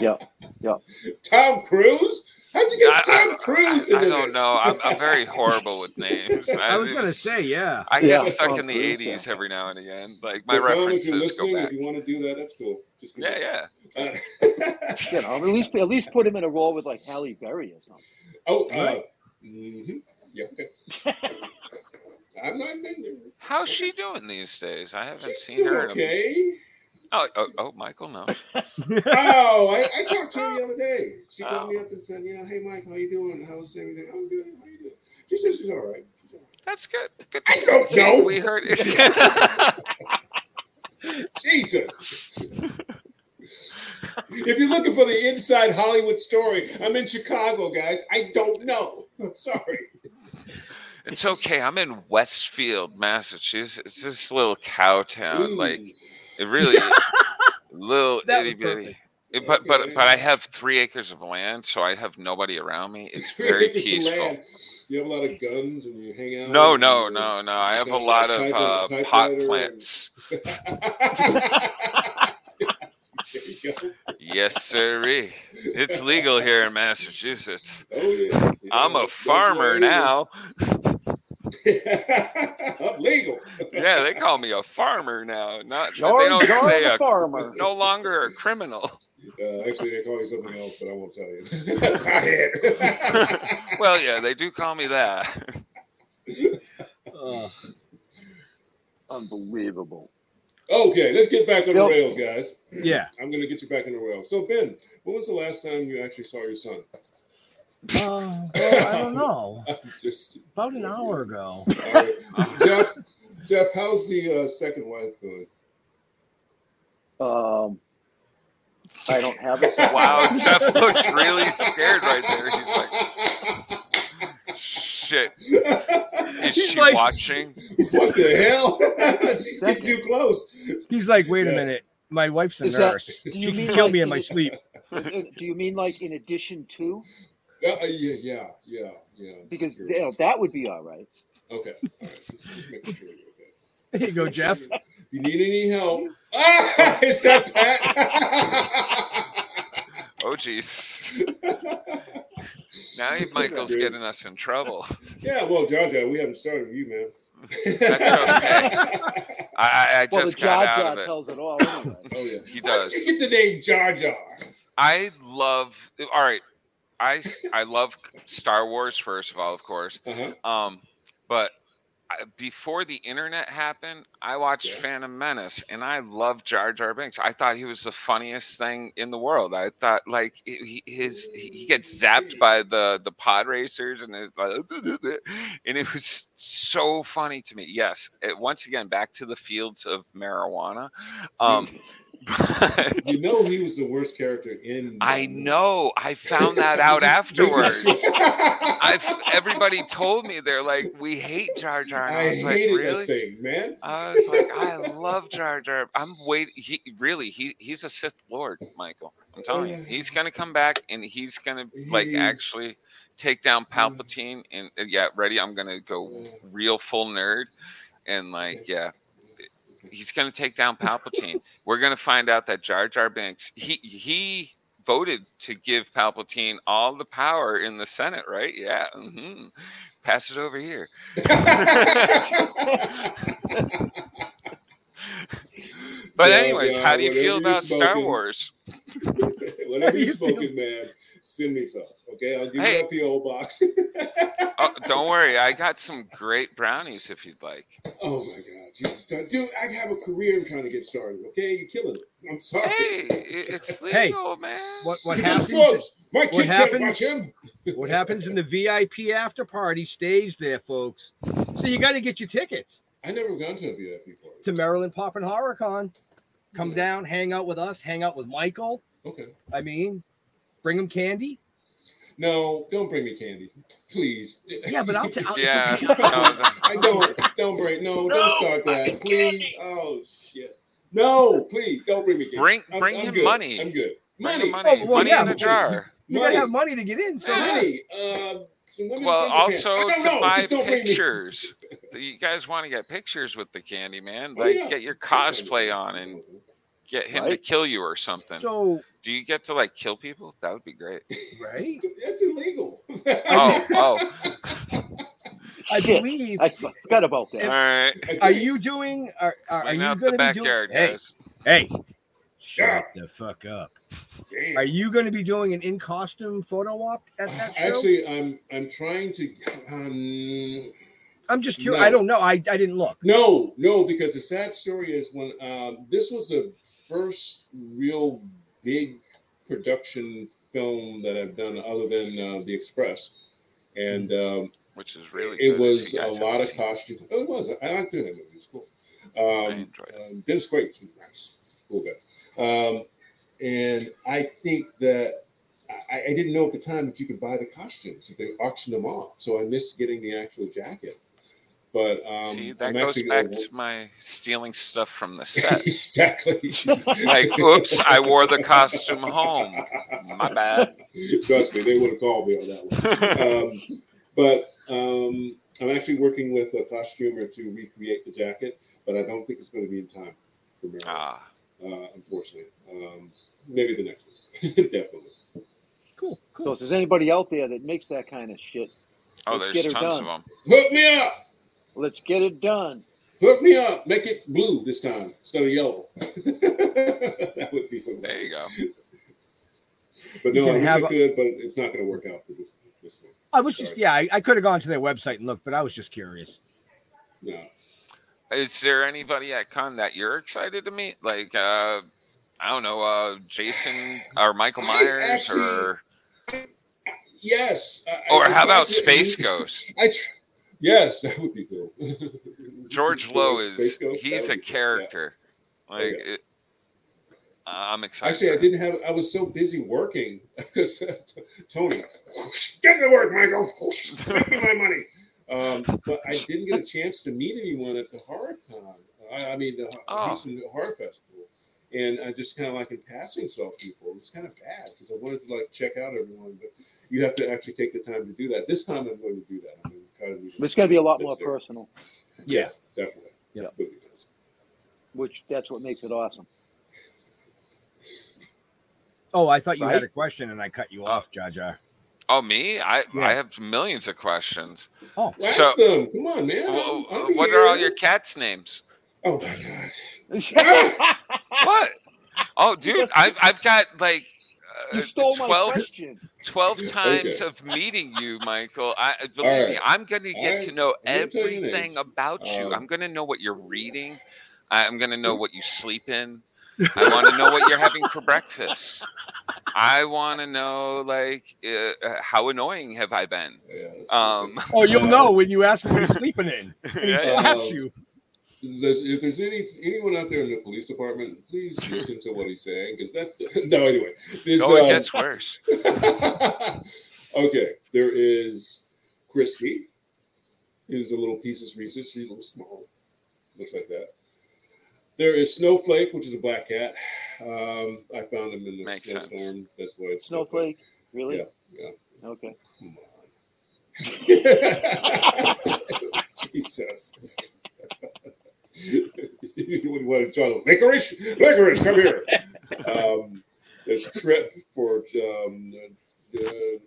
[SPEAKER 7] Yeah, yeah.
[SPEAKER 9] Tom Cruise. How'd you
[SPEAKER 8] I-
[SPEAKER 9] get
[SPEAKER 8] I-
[SPEAKER 9] Tom Cruise
[SPEAKER 8] I
[SPEAKER 9] into
[SPEAKER 8] don't
[SPEAKER 9] this?
[SPEAKER 8] know. I'm, I'm very horrible with names.
[SPEAKER 6] I was gonna
[SPEAKER 8] just-
[SPEAKER 6] say, yeah.
[SPEAKER 8] I get
[SPEAKER 7] Yeah.
[SPEAKER 8] stuck in
[SPEAKER 7] Tom
[SPEAKER 8] the
[SPEAKER 7] Cruise,
[SPEAKER 8] '80s every now and again. Like my
[SPEAKER 9] But Tom, if you're
[SPEAKER 8] references go
[SPEAKER 9] listening,
[SPEAKER 8] back.
[SPEAKER 9] If you want to do that, that's cool. Just
[SPEAKER 8] Yeah, yeah.
[SPEAKER 9] yeah.
[SPEAKER 7] You know, at least at least put him in a role with like Halle Berry or something.
[SPEAKER 9] oh, uh, mhm. yeah. okay. I'm not in there.
[SPEAKER 8] How's she doing these days? I haven't
[SPEAKER 9] She's
[SPEAKER 8] seen
[SPEAKER 9] doing
[SPEAKER 8] her. in a-
[SPEAKER 9] okay.
[SPEAKER 8] Oh, oh, oh, Michael, no.
[SPEAKER 9] oh, I, I talked to her the other day. She called me
[SPEAKER 8] Oh.
[SPEAKER 9] up and said, you know, hey Mike, how you doing? How's everything? I was good. How you doing? She said she's all right. She's all right.
[SPEAKER 8] That's good. good
[SPEAKER 9] I don't
[SPEAKER 8] See,
[SPEAKER 9] know.
[SPEAKER 8] We heard it.
[SPEAKER 9] Jesus. if you're looking for the inside Hollywood story, I'm in Chicago, guys. I don't know. I'm sorry.
[SPEAKER 8] it's okay. I'm in Westfield, Massachusetts. It's this little cow town.
[SPEAKER 9] Ooh.
[SPEAKER 8] Like it really little
[SPEAKER 6] That
[SPEAKER 8] itty
[SPEAKER 6] was
[SPEAKER 8] bitty.
[SPEAKER 6] perfect.
[SPEAKER 8] It- But but
[SPEAKER 9] Okay.
[SPEAKER 8] but I have three acres of land, so I have nobody around me. It's very
[SPEAKER 9] Just the
[SPEAKER 8] peaceful.
[SPEAKER 9] land. Oh, You have a lot of guns and you hang out.
[SPEAKER 8] No,
[SPEAKER 9] and
[SPEAKER 8] no,
[SPEAKER 9] you-
[SPEAKER 8] no, no. I have a
[SPEAKER 9] Type-
[SPEAKER 8] lot of
[SPEAKER 9] type-
[SPEAKER 8] uh, pot
[SPEAKER 9] typewriter and-
[SPEAKER 8] plants.
[SPEAKER 9] there you go.
[SPEAKER 8] Yes, sirree. It's legal here in Massachusetts.
[SPEAKER 9] Oh, yeah. You
[SPEAKER 8] I'm
[SPEAKER 9] know,
[SPEAKER 8] a
[SPEAKER 9] that's
[SPEAKER 8] farmer
[SPEAKER 9] why-
[SPEAKER 8] now.
[SPEAKER 9] Up Uh, legal.
[SPEAKER 8] Yeah, they call me a farmer now. Not they
[SPEAKER 7] George,
[SPEAKER 8] don't say
[SPEAKER 7] George
[SPEAKER 8] a
[SPEAKER 7] the farmer.
[SPEAKER 8] no longer a criminal.
[SPEAKER 9] Uh, actually, they call you something else, but I won't tell you. Pothead.
[SPEAKER 8] Well, yeah, they do call me that.
[SPEAKER 6] Uh,
[SPEAKER 7] Unbelievable.
[SPEAKER 9] okay, let's get back on the
[SPEAKER 7] Yep.
[SPEAKER 9] rails, guys.
[SPEAKER 6] yeah.
[SPEAKER 9] I'm going to get you back on the rails. So, Ben, when was the last time you actually saw your son?
[SPEAKER 6] Uh, well, I don't know.
[SPEAKER 9] Just
[SPEAKER 6] About an hour ago.
[SPEAKER 9] all right. Jeff. Jeff, how's the uh, second wife going?
[SPEAKER 7] Um, I don't have a
[SPEAKER 8] Wow, Jeff looked really scared right there. He's like, shit, is
[SPEAKER 6] He's
[SPEAKER 8] she
[SPEAKER 6] like-
[SPEAKER 8] watching?
[SPEAKER 9] what the hell? She's getting too close.
[SPEAKER 6] He's like, wait a
[SPEAKER 9] Yes.
[SPEAKER 6] minute. My wife's a
[SPEAKER 7] Is that-
[SPEAKER 6] nurse.
[SPEAKER 7] do you
[SPEAKER 6] she can
[SPEAKER 7] mean
[SPEAKER 6] kill
[SPEAKER 7] like
[SPEAKER 6] me in
[SPEAKER 7] he-
[SPEAKER 6] my sleep.
[SPEAKER 7] Do you mean like in addition to?
[SPEAKER 9] Uh, uh, yeah, yeah, yeah, yeah.
[SPEAKER 7] Because
[SPEAKER 9] Sure.
[SPEAKER 7] you know, that would be all right.
[SPEAKER 9] Okay. All right. Just, just making sure you're okay.
[SPEAKER 6] There you go, Jeff.
[SPEAKER 9] Do you need any help? Ah, is that Pat?
[SPEAKER 8] Oh, jeez. Now Michael's
[SPEAKER 9] Dude.
[SPEAKER 8] getting us in trouble.
[SPEAKER 9] yeah, well, Jaja, we haven't started with you, man.
[SPEAKER 8] That's I, I, I
[SPEAKER 7] Well, the
[SPEAKER 8] just got out of
[SPEAKER 7] Jaja
[SPEAKER 8] it.
[SPEAKER 7] tells it all. Anyway.
[SPEAKER 9] Oh yeah,
[SPEAKER 8] He
[SPEAKER 9] How did
[SPEAKER 8] does.
[SPEAKER 9] you get the name Jar Jar?
[SPEAKER 8] I love. All right, I I love Star Wars first of all, of course.
[SPEAKER 9] Uh-huh.
[SPEAKER 8] Um, but I- before the internet happened, I watched Phantom Menace and I loved Jar Jar Binks. I thought he was the funniest thing in the world. I thought like he, he- his he gets zapped by the the pod racers and his, and it was so funny to me. Yes, it, once again back to the fields of marijuana. Um,
[SPEAKER 9] you know he was the worst character in.
[SPEAKER 8] I know. I found that out afterwards. I've, everybody told me they're like, we hate Jar Jar. And I,
[SPEAKER 9] I
[SPEAKER 8] was like,
[SPEAKER 9] hated that
[SPEAKER 8] really?
[SPEAKER 9] thing, man.
[SPEAKER 8] I was like, I love Jar Jar. I'm waiting. He really, he he's a Sith Lord, Michael. I'm telling you,
[SPEAKER 9] Oh, Yeah.
[SPEAKER 8] he's gonna come back and he's gonna like
[SPEAKER 9] He's- Mm.
[SPEAKER 8] actually take down Palpatine. And uh, yeah, ready. I'm gonna go real full nerd, and like yeah. He's going to take down Palpatine. We're going to find out that Jar Jar Binks he he voted to give Palpatine all the power in the Senate, right? Yeah. hmm Pass it over here. But
[SPEAKER 9] Yeah,
[SPEAKER 8] anyways,
[SPEAKER 9] yeah,
[SPEAKER 8] how do you
[SPEAKER 9] whatever
[SPEAKER 8] feel
[SPEAKER 9] you're
[SPEAKER 8] about Star
[SPEAKER 9] smoking.
[SPEAKER 8] Wars?
[SPEAKER 9] Whatever you're smoking, man, send me some. Okay, I'll give
[SPEAKER 8] Hey.
[SPEAKER 9] you that PO box.
[SPEAKER 8] Oh, don't worry, I got some great brownies if you'd like.
[SPEAKER 9] oh my God, Jesus, dude! I have a career I'm trying to get started. Okay, you're killing it. I'm sorry.
[SPEAKER 8] Hey, it's
[SPEAKER 6] Hey,
[SPEAKER 8] legal, man.
[SPEAKER 6] What what
[SPEAKER 9] He
[SPEAKER 6] happens?
[SPEAKER 9] does drugs. My kid
[SPEAKER 6] what
[SPEAKER 9] can't watch him.
[SPEAKER 6] what happens in the VIP after party stays there, folks. So you got to get your tickets
[SPEAKER 9] I never gone to a VIP party.
[SPEAKER 6] to Maryland Poppin' Horror Con. Come down, hang out with us, hang out with Michael.
[SPEAKER 9] Okay.
[SPEAKER 6] I mean, bring him candy.
[SPEAKER 9] No, don't bring me candy, please.
[SPEAKER 6] Yeah, but I'll ta- I'll- it's
[SPEAKER 8] Yeah, okay.
[SPEAKER 9] I don't. Don't bring. No, don't start that, please. Oh shit. No, please don't bring me candy.
[SPEAKER 8] Bring-
[SPEAKER 9] I'm-
[SPEAKER 8] bring
[SPEAKER 9] I'm
[SPEAKER 8] him
[SPEAKER 9] good.
[SPEAKER 8] money.
[SPEAKER 9] I'm good.
[SPEAKER 8] Bring
[SPEAKER 9] Money.
[SPEAKER 8] him money.
[SPEAKER 6] Oh, well, Money yeah, in a but-
[SPEAKER 8] jar.
[SPEAKER 6] You gotta have money to get in. So
[SPEAKER 9] money. Uh, some women
[SPEAKER 8] Well,
[SPEAKER 9] sandwich
[SPEAKER 8] also
[SPEAKER 9] pants. I don't
[SPEAKER 8] to
[SPEAKER 9] know,
[SPEAKER 8] buy
[SPEAKER 9] just don't bring me-
[SPEAKER 8] pictures. you guys want to get pictures with the candy man?
[SPEAKER 9] Oh,
[SPEAKER 8] Like,
[SPEAKER 9] yeah.
[SPEAKER 8] get your cosplay on and get him to
[SPEAKER 9] Right.
[SPEAKER 8] kill you or something.
[SPEAKER 6] So
[SPEAKER 8] do you get to like kill people? That would be great.
[SPEAKER 6] right?
[SPEAKER 9] That's illegal.
[SPEAKER 8] Oh, oh,
[SPEAKER 6] I
[SPEAKER 7] Shit,
[SPEAKER 6] believe.
[SPEAKER 7] I forgot about
[SPEAKER 8] all
[SPEAKER 7] that.
[SPEAKER 8] right.
[SPEAKER 6] Are you doing? Are, are, are
[SPEAKER 8] Clean
[SPEAKER 6] you
[SPEAKER 8] out
[SPEAKER 6] going
[SPEAKER 8] the
[SPEAKER 6] to be doing?
[SPEAKER 8] backyard,
[SPEAKER 6] Hey,
[SPEAKER 8] guys.
[SPEAKER 6] hey, shut the fuck up. Are you going to be doing an in costume photo op at that show?
[SPEAKER 9] Actually, I'm I'm trying to. Um,
[SPEAKER 6] I'm just curious.
[SPEAKER 9] no.
[SPEAKER 6] I don't know. I, I didn't look.
[SPEAKER 9] No, no, because the sad story is when um, this was the first real big production film that I've done other than uh, The Express. And um,
[SPEAKER 8] Which is really
[SPEAKER 9] it
[SPEAKER 8] good if
[SPEAKER 9] was
[SPEAKER 8] you
[SPEAKER 9] a
[SPEAKER 8] guys
[SPEAKER 9] lot
[SPEAKER 8] haven't
[SPEAKER 9] of
[SPEAKER 8] seen
[SPEAKER 9] costume. It was. I liked doing that movie. It's cool. Um, um, Dennis Quaid, he's a nice, cool guy. Um, and I think that I, I didn't know at the time that you could buy the costumes. that They auctioned them off, so I missed getting the actual jacket. But um,
[SPEAKER 8] See, that
[SPEAKER 9] I'm
[SPEAKER 8] goes
[SPEAKER 9] actually
[SPEAKER 8] back
[SPEAKER 9] gonna-
[SPEAKER 8] to my stealing stuff from the set.
[SPEAKER 9] exactly.
[SPEAKER 8] like, oops, I wore the costume home. My bad.
[SPEAKER 9] Trust me, they would have called me on that one. Um, but um, I'm actually working with a costumer to recreate the jacket, but I don't think it's going to be in time for Maryland,
[SPEAKER 8] Ah,
[SPEAKER 9] uh, unfortunately. Um, maybe the next one, definitely.
[SPEAKER 6] Cool,
[SPEAKER 7] So
[SPEAKER 6] cool.
[SPEAKER 7] if there's anybody out there that makes that kind of shit,
[SPEAKER 8] oh,
[SPEAKER 7] Let's
[SPEAKER 8] there's
[SPEAKER 7] get her
[SPEAKER 8] tons
[SPEAKER 7] done.
[SPEAKER 8] of them.
[SPEAKER 9] Hook me up.
[SPEAKER 7] let's get it done.
[SPEAKER 9] Hook me up. Make it blue this time instead of yellow. that would be
[SPEAKER 8] There you go.
[SPEAKER 9] But
[SPEAKER 6] You
[SPEAKER 9] no,
[SPEAKER 6] can
[SPEAKER 9] I wish I
[SPEAKER 6] have a-
[SPEAKER 9] could, but it's not going to work out for this. this one.
[SPEAKER 6] I was just, yeah, I, I could have gone to their website and looked, but I was just curious.
[SPEAKER 9] No.
[SPEAKER 8] Is there anybody at con that you're excited to meet? Like, uh, I don't know, uh, Jason or Michael
[SPEAKER 9] I
[SPEAKER 8] Myers
[SPEAKER 9] actually-
[SPEAKER 8] or
[SPEAKER 9] Yes. I- I-
[SPEAKER 8] or
[SPEAKER 9] I
[SPEAKER 8] how
[SPEAKER 9] tried
[SPEAKER 8] about
[SPEAKER 9] to-
[SPEAKER 8] Space Ghost?
[SPEAKER 9] I tr- yes, that would be cool.
[SPEAKER 8] George Lowe is
[SPEAKER 9] Space Ghost, that
[SPEAKER 8] he's
[SPEAKER 9] would
[SPEAKER 8] a
[SPEAKER 9] be cool, yeah.
[SPEAKER 8] character. Like,
[SPEAKER 9] yeah.
[SPEAKER 8] it, I'm excited.
[SPEAKER 9] Actually, I
[SPEAKER 8] for him.
[SPEAKER 9] didn't have. I was so busy working because Tony, get to work, Michael. Give me my money. Um, but I didn't get a chance to meet anyone at the HorrorCon. I, I mean, the Ho-
[SPEAKER 8] Oh.
[SPEAKER 9] Houston Horror Festival, and I just kind of like in passing saw people. It was kind of bad because I wanted to like check out everyone, but you have to actually take the time to do that. This time, I'm going to do that. I'm going to try to. do
[SPEAKER 7] But it's going to be a lot
[SPEAKER 9] that's
[SPEAKER 7] more
[SPEAKER 9] there.
[SPEAKER 7] personal,
[SPEAKER 9] Yeah, definitely.
[SPEAKER 6] Yeah.
[SPEAKER 9] Would be nice.
[SPEAKER 7] which that's what makes it awesome.
[SPEAKER 6] Oh, I thought you had
[SPEAKER 7] Right?
[SPEAKER 6] a question and I cut you off, Jaja.
[SPEAKER 8] Oh, me? I
[SPEAKER 6] Yeah.
[SPEAKER 8] I have millions of questions.
[SPEAKER 6] Oh,
[SPEAKER 9] Ask
[SPEAKER 8] So-
[SPEAKER 9] them. Come on, man.
[SPEAKER 8] Wh-
[SPEAKER 9] I'm- I'm
[SPEAKER 8] what
[SPEAKER 9] here.
[SPEAKER 8] are all your cats' names?
[SPEAKER 9] Oh my god.
[SPEAKER 8] What? Oh, dude, I've I've got like
[SPEAKER 7] You stole my
[SPEAKER 8] 12,
[SPEAKER 7] question.
[SPEAKER 8] 12 times
[SPEAKER 7] Okay.
[SPEAKER 8] of meeting you, Michael. I believe
[SPEAKER 7] All
[SPEAKER 8] me,
[SPEAKER 7] right.
[SPEAKER 8] I'm going to get
[SPEAKER 7] All
[SPEAKER 8] to
[SPEAKER 7] right.
[SPEAKER 8] know
[SPEAKER 7] Let me tell you
[SPEAKER 8] everything
[SPEAKER 7] names.
[SPEAKER 8] about you.
[SPEAKER 7] Um,
[SPEAKER 8] I'm going to know what you're reading. I- I'm going to know what you sleep in. I want to know what you're having for breakfast. I want to know, like, uh, uh, how annoying have I been? Um,
[SPEAKER 6] Oh, you'll know when you ask him what he's sleeping in. And he
[SPEAKER 8] Yeah.
[SPEAKER 6] slaps you.
[SPEAKER 9] There's, if there's any anyone out there in the police department, please listen to what he's saying because that's no anyway. There's,
[SPEAKER 8] No, it
[SPEAKER 9] um,
[SPEAKER 8] gets worse.
[SPEAKER 9] Okay, there is Christy, who's a little pieces Reese's. She's a little small, looks like that. There is Snowflake, which is a black cat. Um, I found him in the
[SPEAKER 7] Makes sense.
[SPEAKER 9] snowstorm. That's why it's
[SPEAKER 7] Snowflake, really?
[SPEAKER 9] Yeah, yeah.
[SPEAKER 7] Okay.
[SPEAKER 9] Jesus. you wouldn't want to try to licorice, licorice, come here. Um, there's trip for um, uh,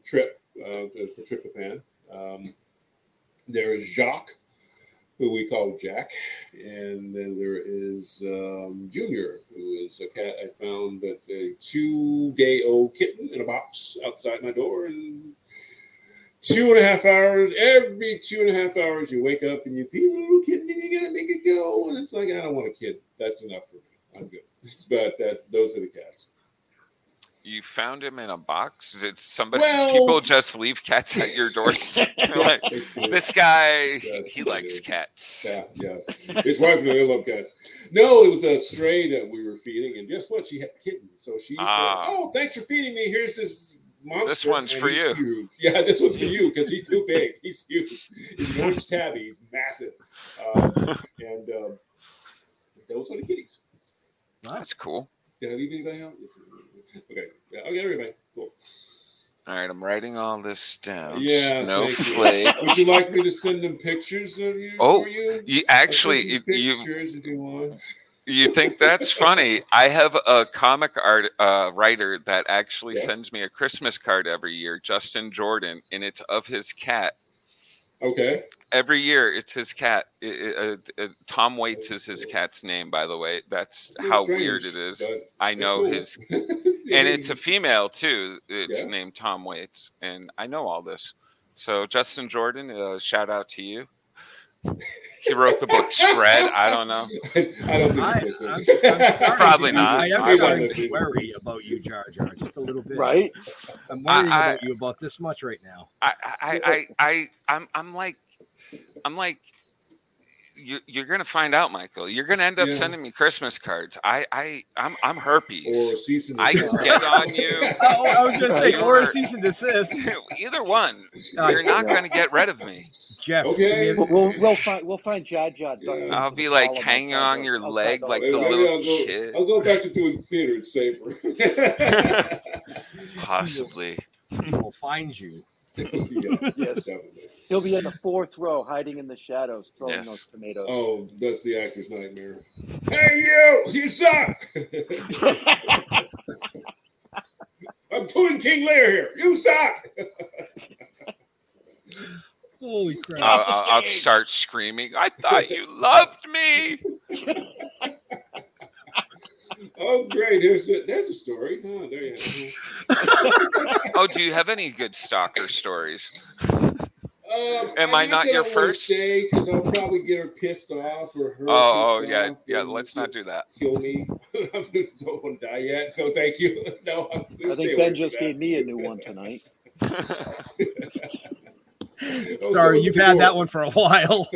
[SPEAKER 9] trip uh, for tryptophan. Um, there is Jacques, who we call Jack, and then there is um, Junior, who is a cat I found that's a two-day-old kitten in a box outside my door, and two and a half hours. Every two and a half hours, you wake up and you feed a little kitten and you gotta make it go. And it's like, I don't want a kid. That's enough for me. I'm good. But that those are the cats.
[SPEAKER 8] You found him in a box. Did somebody?
[SPEAKER 9] Well-
[SPEAKER 8] people just leave cats at your doorstep.
[SPEAKER 9] Yes,
[SPEAKER 8] Like,
[SPEAKER 9] they do.
[SPEAKER 8] this guy,
[SPEAKER 9] Yes,
[SPEAKER 8] he
[SPEAKER 9] they
[SPEAKER 8] likes
[SPEAKER 9] do.
[SPEAKER 8] cats.
[SPEAKER 9] Yeah, yeah. It's wife and I love cats. No, it was a stray that we were feeding, and guess what? She had a kitten. So she
[SPEAKER 8] Ah.
[SPEAKER 9] said, Oh, thanks for feeding me. Here's this monster.
[SPEAKER 8] This one's
[SPEAKER 9] and
[SPEAKER 8] for
[SPEAKER 9] he's
[SPEAKER 8] you.
[SPEAKER 9] Huge. Yeah, this one's for you because he's too big. He's huge. He's an orange tabby. He's massive. Um, and um, those are the kitties.
[SPEAKER 8] That's cool.
[SPEAKER 9] Did I leave anybody out? Okay. Yeah, I'll get everybody. Cool.
[SPEAKER 8] All right, I'm writing all this down.
[SPEAKER 9] Yeah.
[SPEAKER 8] no
[SPEAKER 9] thank you.
[SPEAKER 8] flake.
[SPEAKER 9] Would you like me to send them pictures of you?
[SPEAKER 8] Oh,
[SPEAKER 9] for you?
[SPEAKER 8] you
[SPEAKER 9] I'll send
[SPEAKER 8] actually-
[SPEAKER 9] you
[SPEAKER 8] you- you-
[SPEAKER 9] pictures if you want.
[SPEAKER 8] You think that's funny? I have a comic art uh, writer that actually
[SPEAKER 9] Yeah.
[SPEAKER 8] sends me a Christmas card every year, Justin Jordan, and it's of his cat.
[SPEAKER 9] Okay.
[SPEAKER 8] Every year, it's his cat. I- I- uh, uh, Tom Waits is his cat's name, by the way. That's
[SPEAKER 9] It's
[SPEAKER 8] how
[SPEAKER 9] strange,
[SPEAKER 8] weird it is.
[SPEAKER 9] but
[SPEAKER 8] I
[SPEAKER 9] it's
[SPEAKER 8] know
[SPEAKER 9] cool.
[SPEAKER 8] his, and it's a female too. It's
[SPEAKER 9] Yeah.
[SPEAKER 8] named Tom Waits, and I know all this. So Justin Jordan, uh, shout out to you. He wrote the book Spread. I don't know.
[SPEAKER 9] I don't
[SPEAKER 6] I,
[SPEAKER 9] think he's
[SPEAKER 6] I'm, I'm
[SPEAKER 9] listening.
[SPEAKER 6] starting-
[SPEAKER 8] Probably not.
[SPEAKER 6] I
[SPEAKER 8] I
[SPEAKER 6] am
[SPEAKER 8] wouldn't
[SPEAKER 6] starting to
[SPEAKER 8] listen.
[SPEAKER 6] worry about you, Jar Jar, just a little bit.
[SPEAKER 8] Right?
[SPEAKER 6] I'm worrying
[SPEAKER 8] I- I-
[SPEAKER 6] about you about this much right now.
[SPEAKER 8] I, I, I, I, I'm, I'm like, I'm like, you, you're gonna find out, Michael. You're gonna end up
[SPEAKER 9] Yeah.
[SPEAKER 8] sending me Christmas cards. I, I, I'm, I'm herpes.
[SPEAKER 9] Or cease and
[SPEAKER 8] I can
[SPEAKER 9] desist.
[SPEAKER 8] get on you.
[SPEAKER 6] Oh, I was just saying,
[SPEAKER 8] You
[SPEAKER 6] or a
[SPEAKER 8] are-
[SPEAKER 6] cease and desist.
[SPEAKER 8] Either one.
[SPEAKER 6] Uh,
[SPEAKER 8] You're not
[SPEAKER 6] yeah.
[SPEAKER 8] gonna get rid of me.
[SPEAKER 6] Jeff.
[SPEAKER 9] Okay.
[SPEAKER 7] We'll, we'll, we'll find we'll find Jod Jod. Duck
[SPEAKER 8] I'll
[SPEAKER 7] into
[SPEAKER 8] be
[SPEAKER 7] the
[SPEAKER 8] like
[SPEAKER 7] column
[SPEAKER 8] hanging
[SPEAKER 7] outside
[SPEAKER 8] on your
[SPEAKER 7] outside
[SPEAKER 8] leg like
[SPEAKER 9] Maybe
[SPEAKER 8] the little
[SPEAKER 9] I'll go,
[SPEAKER 8] kid.
[SPEAKER 9] I'll go back to doing theater. It's safer.
[SPEAKER 8] Possibly.
[SPEAKER 6] He will find you.
[SPEAKER 9] yeah, yes, definitely.
[SPEAKER 7] He'll be in the fourth row, hiding in the shadows, throwing
[SPEAKER 9] Yes.
[SPEAKER 7] those tomatoes.
[SPEAKER 9] Oh, that's the actor's nightmare. Hey, you! You suck! I'm doing King Lear here. You suck!
[SPEAKER 6] Holy
[SPEAKER 8] I'll,
[SPEAKER 6] crap.
[SPEAKER 8] I'll, I'll start screaming. I thought you loved me.
[SPEAKER 9] Oh, great. There's a, there's a story. Oh, there you
[SPEAKER 8] Oh, do you have any good stalker stories?
[SPEAKER 9] go. Um,
[SPEAKER 8] Am I not your first?
[SPEAKER 9] Because I'll probably get her pissed off or her.
[SPEAKER 8] Oh, oh
[SPEAKER 9] pissed
[SPEAKER 8] yeah,
[SPEAKER 9] off
[SPEAKER 8] yeah.
[SPEAKER 9] and
[SPEAKER 8] Let's not do that.
[SPEAKER 9] Kill me. I don't want to die yet, so thank you. No, I'm,
[SPEAKER 7] I think Ben just gave me a new one tonight.
[SPEAKER 9] Oh,
[SPEAKER 6] Sorry, you've had that one for a while.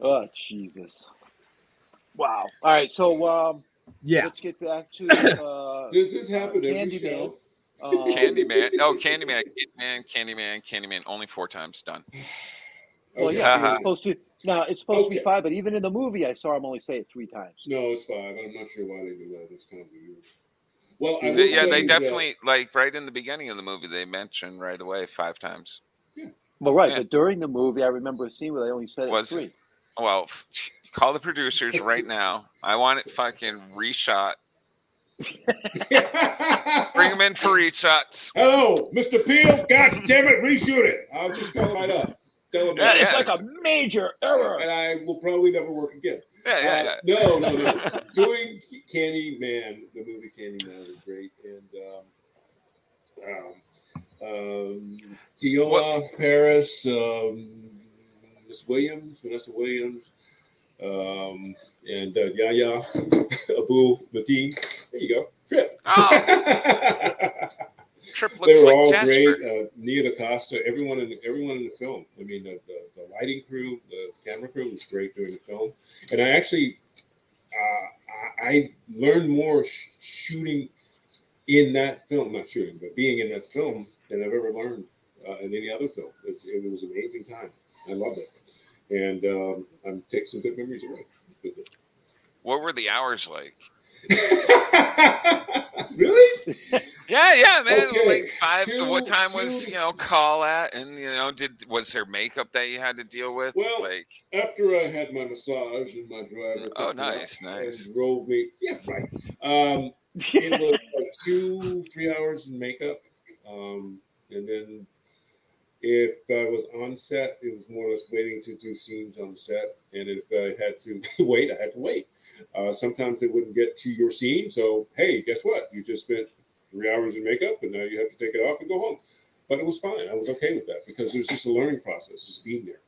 [SPEAKER 7] Oh Jesus! Wow. All right, so um,
[SPEAKER 6] Yeah.
[SPEAKER 7] let's get back to uh,
[SPEAKER 9] This has happened every
[SPEAKER 7] Candyman.
[SPEAKER 9] show.
[SPEAKER 7] Uh,
[SPEAKER 8] Candyman. Oh, Candyman. Candyman. Candyman. Candyman. Only four times. Done.
[SPEAKER 7] Well, yeah,
[SPEAKER 8] Haha.
[SPEAKER 7] it's supposed to. Now it's supposed to be
[SPEAKER 9] Okay.
[SPEAKER 7] five, but even in the movie, I saw him only say it three times.
[SPEAKER 9] No, it's five. I'm not sure why they do that. It's kind of weird. Well, I will
[SPEAKER 8] They- yeah,
[SPEAKER 9] tell
[SPEAKER 8] they
[SPEAKER 9] you that-
[SPEAKER 8] definitely like right in the beginning of the movie. They mention right away five times.
[SPEAKER 7] Well, right,
[SPEAKER 8] Yeah.
[SPEAKER 7] but during the movie, I remember a scene where they only said
[SPEAKER 8] Was
[SPEAKER 7] it three.
[SPEAKER 8] well, f- call the producers right now. I want it fucking reshot. Bring them in for reshots.
[SPEAKER 9] Hello, Mr. Peel. God damn it, reshoot it. I'll just go right up. That
[SPEAKER 7] That is like a major error.
[SPEAKER 9] And I will probably never work again.
[SPEAKER 8] Yeah, yeah,
[SPEAKER 9] Uh,
[SPEAKER 8] yeah.
[SPEAKER 9] No, no, no. Doing Candy Man, the movie Candy Man was great, and um, um, um, Tiola Paris, um, Miss Williams, Vanessa Williams, um, and uh, Yaya Abu Mateen. There you go. Trip.
[SPEAKER 8] Oh, Trip
[SPEAKER 9] they
[SPEAKER 8] looks
[SPEAKER 9] were
[SPEAKER 8] like
[SPEAKER 9] all
[SPEAKER 8] Jasper.
[SPEAKER 9] great. Uh, Nia DaCosta, everyone in everyone in the film. I mean, the, the, the lighting crew, the camera crew was great during the film. And I actually, uh, I, I learned more sh- shooting in that film, not shooting, but being in that film than I've ever learned uh, in any other film. It's, it was an amazing time. I loved it, and um, I'm taking some good memories away. with it.
[SPEAKER 8] What were the hours like?
[SPEAKER 9] Really?
[SPEAKER 8] Yeah, yeah, man.
[SPEAKER 9] Okay,
[SPEAKER 8] Like five.
[SPEAKER 9] two-
[SPEAKER 8] what time was
[SPEAKER 9] two-
[SPEAKER 8] you know call at? And you know, did was there makeup that you had to deal with?
[SPEAKER 9] Well,
[SPEAKER 8] like,
[SPEAKER 9] after I had my massage and my driver. picked
[SPEAKER 8] Oh,
[SPEAKER 9] me up
[SPEAKER 8] nice, nice.
[SPEAKER 9] And drove me. Yeah, right. Um, it was like two, three hours in makeup, um, and then if I was on set, it was more or less waiting to do scenes on set, and if I had to wait, I had to wait. Uh, sometimes they wouldn't get to your scene, so hey, guess what? You just spent three hours in makeup, and now you have to take it off and go home. But it was fine. I was okay with that because it was just a learning process, just being there.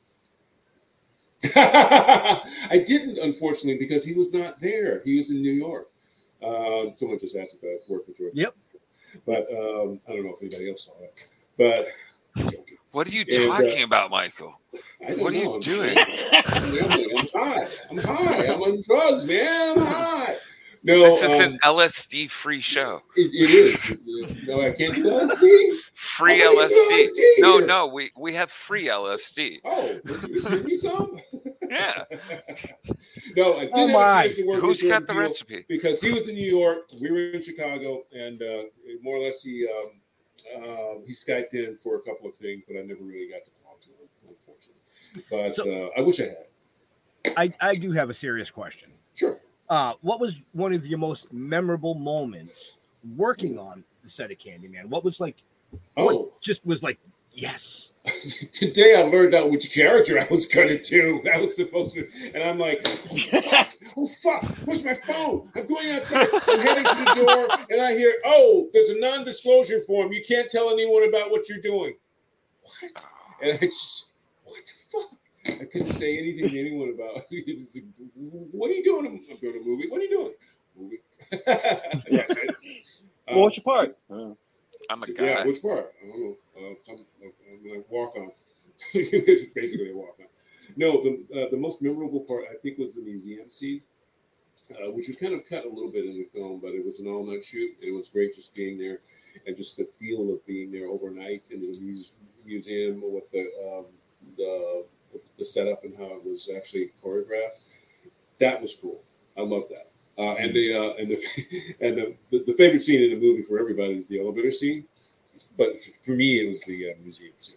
[SPEAKER 9] I didn't, unfortunately, because he was not there. He was in New York. Uh, someone just asked if I worked with George.
[SPEAKER 6] Yep.
[SPEAKER 9] But um, I don't know if anybody else saw it. But
[SPEAKER 8] what are you
[SPEAKER 9] And, uh,
[SPEAKER 8] talking about, Michael?
[SPEAKER 9] I don't
[SPEAKER 8] What are
[SPEAKER 9] know.
[SPEAKER 8] you
[SPEAKER 9] I'm
[SPEAKER 8] doing?
[SPEAKER 9] sick. I'm gambling. I'm high. I'm high. I'm on drugs, man. I'm high. No,
[SPEAKER 8] this is
[SPEAKER 9] um,
[SPEAKER 8] an LSD free show.
[SPEAKER 9] it, it is. No, I can't do LSD.
[SPEAKER 8] Free
[SPEAKER 9] I'm gonna do
[SPEAKER 8] LSD.
[SPEAKER 9] LSD
[SPEAKER 8] No,
[SPEAKER 9] here.
[SPEAKER 8] no, we we have free LSD.
[SPEAKER 9] Oh, did you send me some?
[SPEAKER 8] Yeah.
[SPEAKER 9] No, I did not
[SPEAKER 6] Oh,
[SPEAKER 9] have
[SPEAKER 6] my.
[SPEAKER 9] a chance to work
[SPEAKER 8] Who's
[SPEAKER 9] with
[SPEAKER 8] got
[SPEAKER 9] him
[SPEAKER 8] the
[SPEAKER 9] deal-
[SPEAKER 8] recipe?
[SPEAKER 9] Because he was in New York, we were in Chicago, and uh, more or less he um, uh, he skyped in for a couple of things, but I never really got to talk to him, unfortunately. But
[SPEAKER 6] So-
[SPEAKER 9] uh, I wish I had.
[SPEAKER 6] I, I do have a serious question.
[SPEAKER 9] Sure.
[SPEAKER 6] Uh, what was one of your most memorable moments working on the set of Candyman? What was like,
[SPEAKER 9] Oh.
[SPEAKER 6] what just was like, yes.
[SPEAKER 9] Today I learned out which character I was gonna do. That was supposed to, and I'm like, oh fuck, oh fuck, where's my phone? I'm going outside. I'm heading to the door, and I hear, oh, there's a non-disclosure form. You can't tell anyone about what you're doing. What? And I just, what the fuck? I couldn't say anything to anyone about. It was like, what are you doing? I'm doing a movie. What are you doing? Movie. Uh, That's it.
[SPEAKER 7] Well, what's your part?
[SPEAKER 8] I'm a
[SPEAKER 9] Yeah,
[SPEAKER 8] guy.
[SPEAKER 9] which part? I don't know. Uh, some like, uh, like walk on. Basically, walk on. No, the uh, the most memorable part I think was the museum scene, uh, which was kind of cut a little bit in the film, but it was an all night shoot. It was great just being there, and just the feel of being there overnight in the muse- museum with the um, the the setup and how it was actually choreographed. That was cool. I love that. Uh, and the uh, and the and the, the, the favorite scene in the movie for everybody is the elevator scene, but for me it was the uh, museum scene.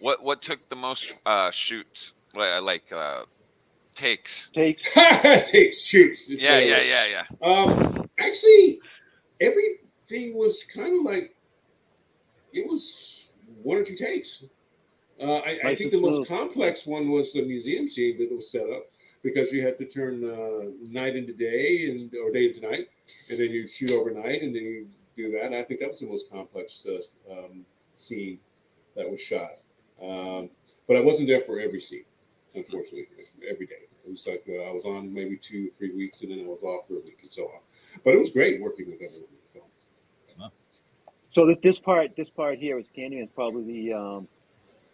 [SPEAKER 8] What what took the most uh shoots? Li- Like uh takes.
[SPEAKER 7] Takes.
[SPEAKER 9] Takes shoots.
[SPEAKER 8] Yeah, yeah, yeah, yeah.
[SPEAKER 9] Um, actually, everything was kind of like it was one or two takes. Uh, I, I
[SPEAKER 7] Nice
[SPEAKER 9] think the
[SPEAKER 7] and
[SPEAKER 9] most
[SPEAKER 7] smooth.
[SPEAKER 9] complex one was the museum scene that was set up because you had to turn uh, night into day and or day into night, and then you shoot overnight and then you do that. And I think that was the most complex uh, um, scene that was shot. Um, but I wasn't there for every scene, unfortunately, every day. It was like uh, I was on maybe two, three weeks, and then I was off for a week and so on. But it was great working with everyone. in the film.
[SPEAKER 7] So this this part this part here is Candyman is probably the um,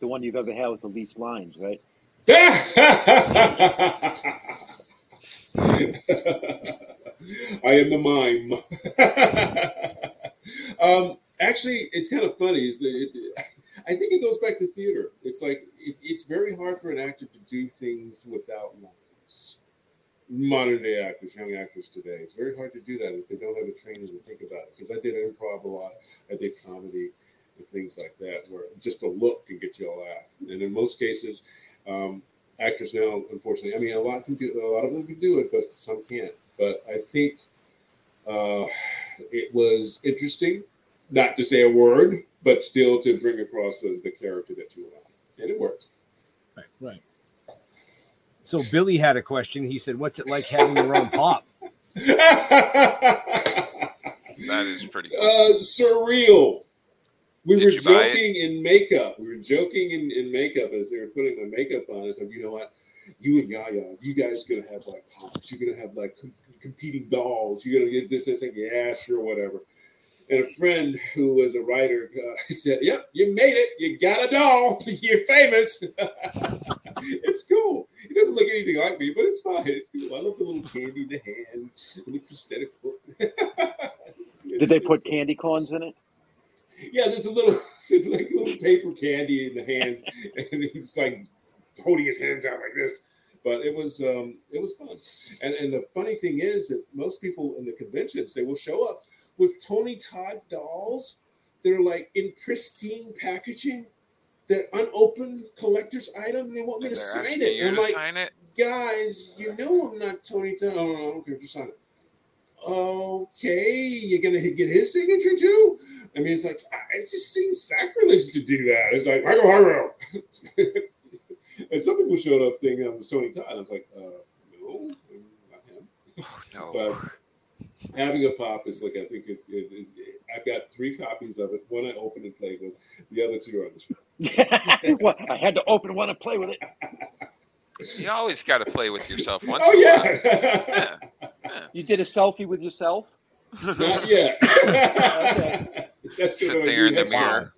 [SPEAKER 7] the one you've ever had with the least lines, right?
[SPEAKER 9] I am the mime. um, actually, it's kind of funny. Is that it, I think it goes back to theater. It's like it, it's very hard for an actor to do things without lines. Modern day actors, young actors today, it's very hard to do that if they don't have the training to think about it. Because I did improv a lot, I did comedy and things like that, where just a look can get you a laugh. And in most cases, um, actors now, unfortunately, I mean, a lot can do, a lot of them can do it, but some can't. But I think uh, it was interesting, not to say a word, but still to bring across the, the character that you were on. and it worked.
[SPEAKER 6] Right, right. So Billy had a question. He said, "What's it like having your own pop?"
[SPEAKER 8] That is pretty cool.
[SPEAKER 9] Uh, surreal. We
[SPEAKER 8] Did
[SPEAKER 9] were
[SPEAKER 8] you buy it?
[SPEAKER 9] joking in makeup. We were joking in, in makeup as they were putting my makeup on. It's like, you know what? You and Yaya, you guys gonna have like pops. You're gonna have like com- competing dolls. You're gonna get this, this, and yeah, sure, whatever. And a friend who was a writer uh, said, "Yep, you made it. You got a doll. You're famous. it's cool. It doesn't look anything like me, but it's fine. It's cool. I love the little candy in the hand, and the prosthetic foot.
[SPEAKER 7] Did they put candy corns in it?
[SPEAKER 9] Yeah, there's a little there's like little paper candy in the hand, and he's like holding his hands out like this. But it was um, it was fun, and and the funny thing is that most people in the conventions they will show up with Tony Todd dolls. They're like in pristine packaging. They're unopened collector's item. And they want me to
[SPEAKER 8] They're
[SPEAKER 9] sign
[SPEAKER 8] asking
[SPEAKER 9] it.
[SPEAKER 8] you
[SPEAKER 9] And I'm
[SPEAKER 8] to
[SPEAKER 9] like,
[SPEAKER 8] sign it.
[SPEAKER 9] guys, you know I'm not Tony Todd. Oh, no, no, I don't care if you sign it. Okay, you're gonna get his signature too. I mean, it's like I- it just seems sacrilege to do that. It's like Michael Harrow. and some people showed up thinking I was Tony Todd. I was like, uh, no, not him.
[SPEAKER 8] No.
[SPEAKER 9] But having a pop is like I think it, it is. I've got three copies of it. One I opened and played with. The other two are on the shelf.
[SPEAKER 7] Well, I had to open one and play with it.
[SPEAKER 8] You always got to play with yourself once.
[SPEAKER 7] Oh,
[SPEAKER 8] in a
[SPEAKER 7] yeah.
[SPEAKER 8] while.
[SPEAKER 7] You did a selfie with yourself?
[SPEAKER 9] Not yet.
[SPEAKER 7] Okay.
[SPEAKER 9] That's
[SPEAKER 8] Sit
[SPEAKER 9] gonna
[SPEAKER 8] there in
[SPEAKER 9] be
[SPEAKER 8] the
[SPEAKER 9] next
[SPEAKER 8] mirror.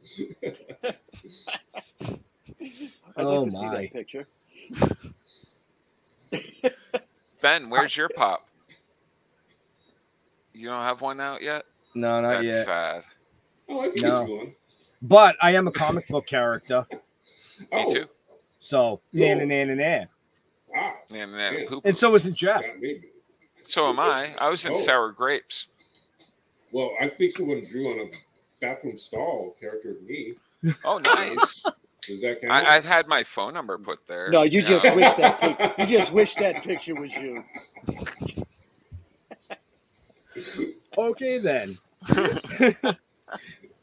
[SPEAKER 9] year.
[SPEAKER 7] I'd
[SPEAKER 6] Oh,
[SPEAKER 7] like to see
[SPEAKER 6] my.
[SPEAKER 7] that picture.
[SPEAKER 8] Ben, where's your pop? You don't have one out yet.
[SPEAKER 6] No, not
[SPEAKER 8] That's
[SPEAKER 6] yet.
[SPEAKER 8] sad.
[SPEAKER 9] Oh, I can
[SPEAKER 6] No.
[SPEAKER 9] get you one.
[SPEAKER 6] But I am a comic book character,
[SPEAKER 8] Me
[SPEAKER 9] Oh.
[SPEAKER 8] too.
[SPEAKER 6] so na na na na na.
[SPEAKER 9] Wow.
[SPEAKER 8] And, then poop.
[SPEAKER 6] And so isn't Jeff.
[SPEAKER 9] Got me.
[SPEAKER 8] so am I. I was in
[SPEAKER 9] Oh.
[SPEAKER 8] sour grapes.
[SPEAKER 9] Well, I think someone drew on a bathroom stall character of me.
[SPEAKER 8] Oh, nice.
[SPEAKER 9] Does that count?
[SPEAKER 8] I, I've had my phone number put there.
[SPEAKER 7] No, you just
[SPEAKER 8] know.
[SPEAKER 7] wish that pic- you just wish that picture was you.
[SPEAKER 6] Okay then.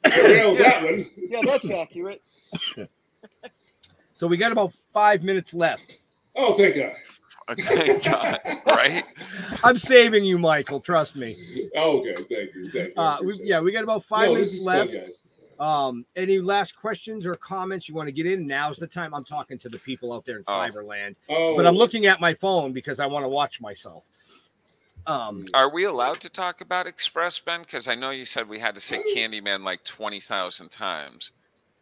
[SPEAKER 9] You know that one.
[SPEAKER 7] Yeah, that's accurate.
[SPEAKER 6] So we got about five minutes left.
[SPEAKER 9] Oh, thank God.
[SPEAKER 8] Thank God, right?
[SPEAKER 6] I'm saving you, Michael. Trust me.
[SPEAKER 9] Oh, okay, thank you. Thank you. I
[SPEAKER 6] Uh, we,
[SPEAKER 9] appreciate it.
[SPEAKER 6] yeah, we got about five
[SPEAKER 9] No, this
[SPEAKER 6] minutes
[SPEAKER 9] is fun,
[SPEAKER 6] left.
[SPEAKER 9] guys.
[SPEAKER 6] Um, any last questions or comments you want to get in? Now's the time. I'm talking to the people out there in
[SPEAKER 8] Oh.
[SPEAKER 6] Cyberland,
[SPEAKER 9] Oh,
[SPEAKER 6] but I'm looking at my phone because I want to watch myself. Um,
[SPEAKER 8] Are we allowed to talk about Express, Ben? Because I know you said we had to say Candyman like twenty thousand times.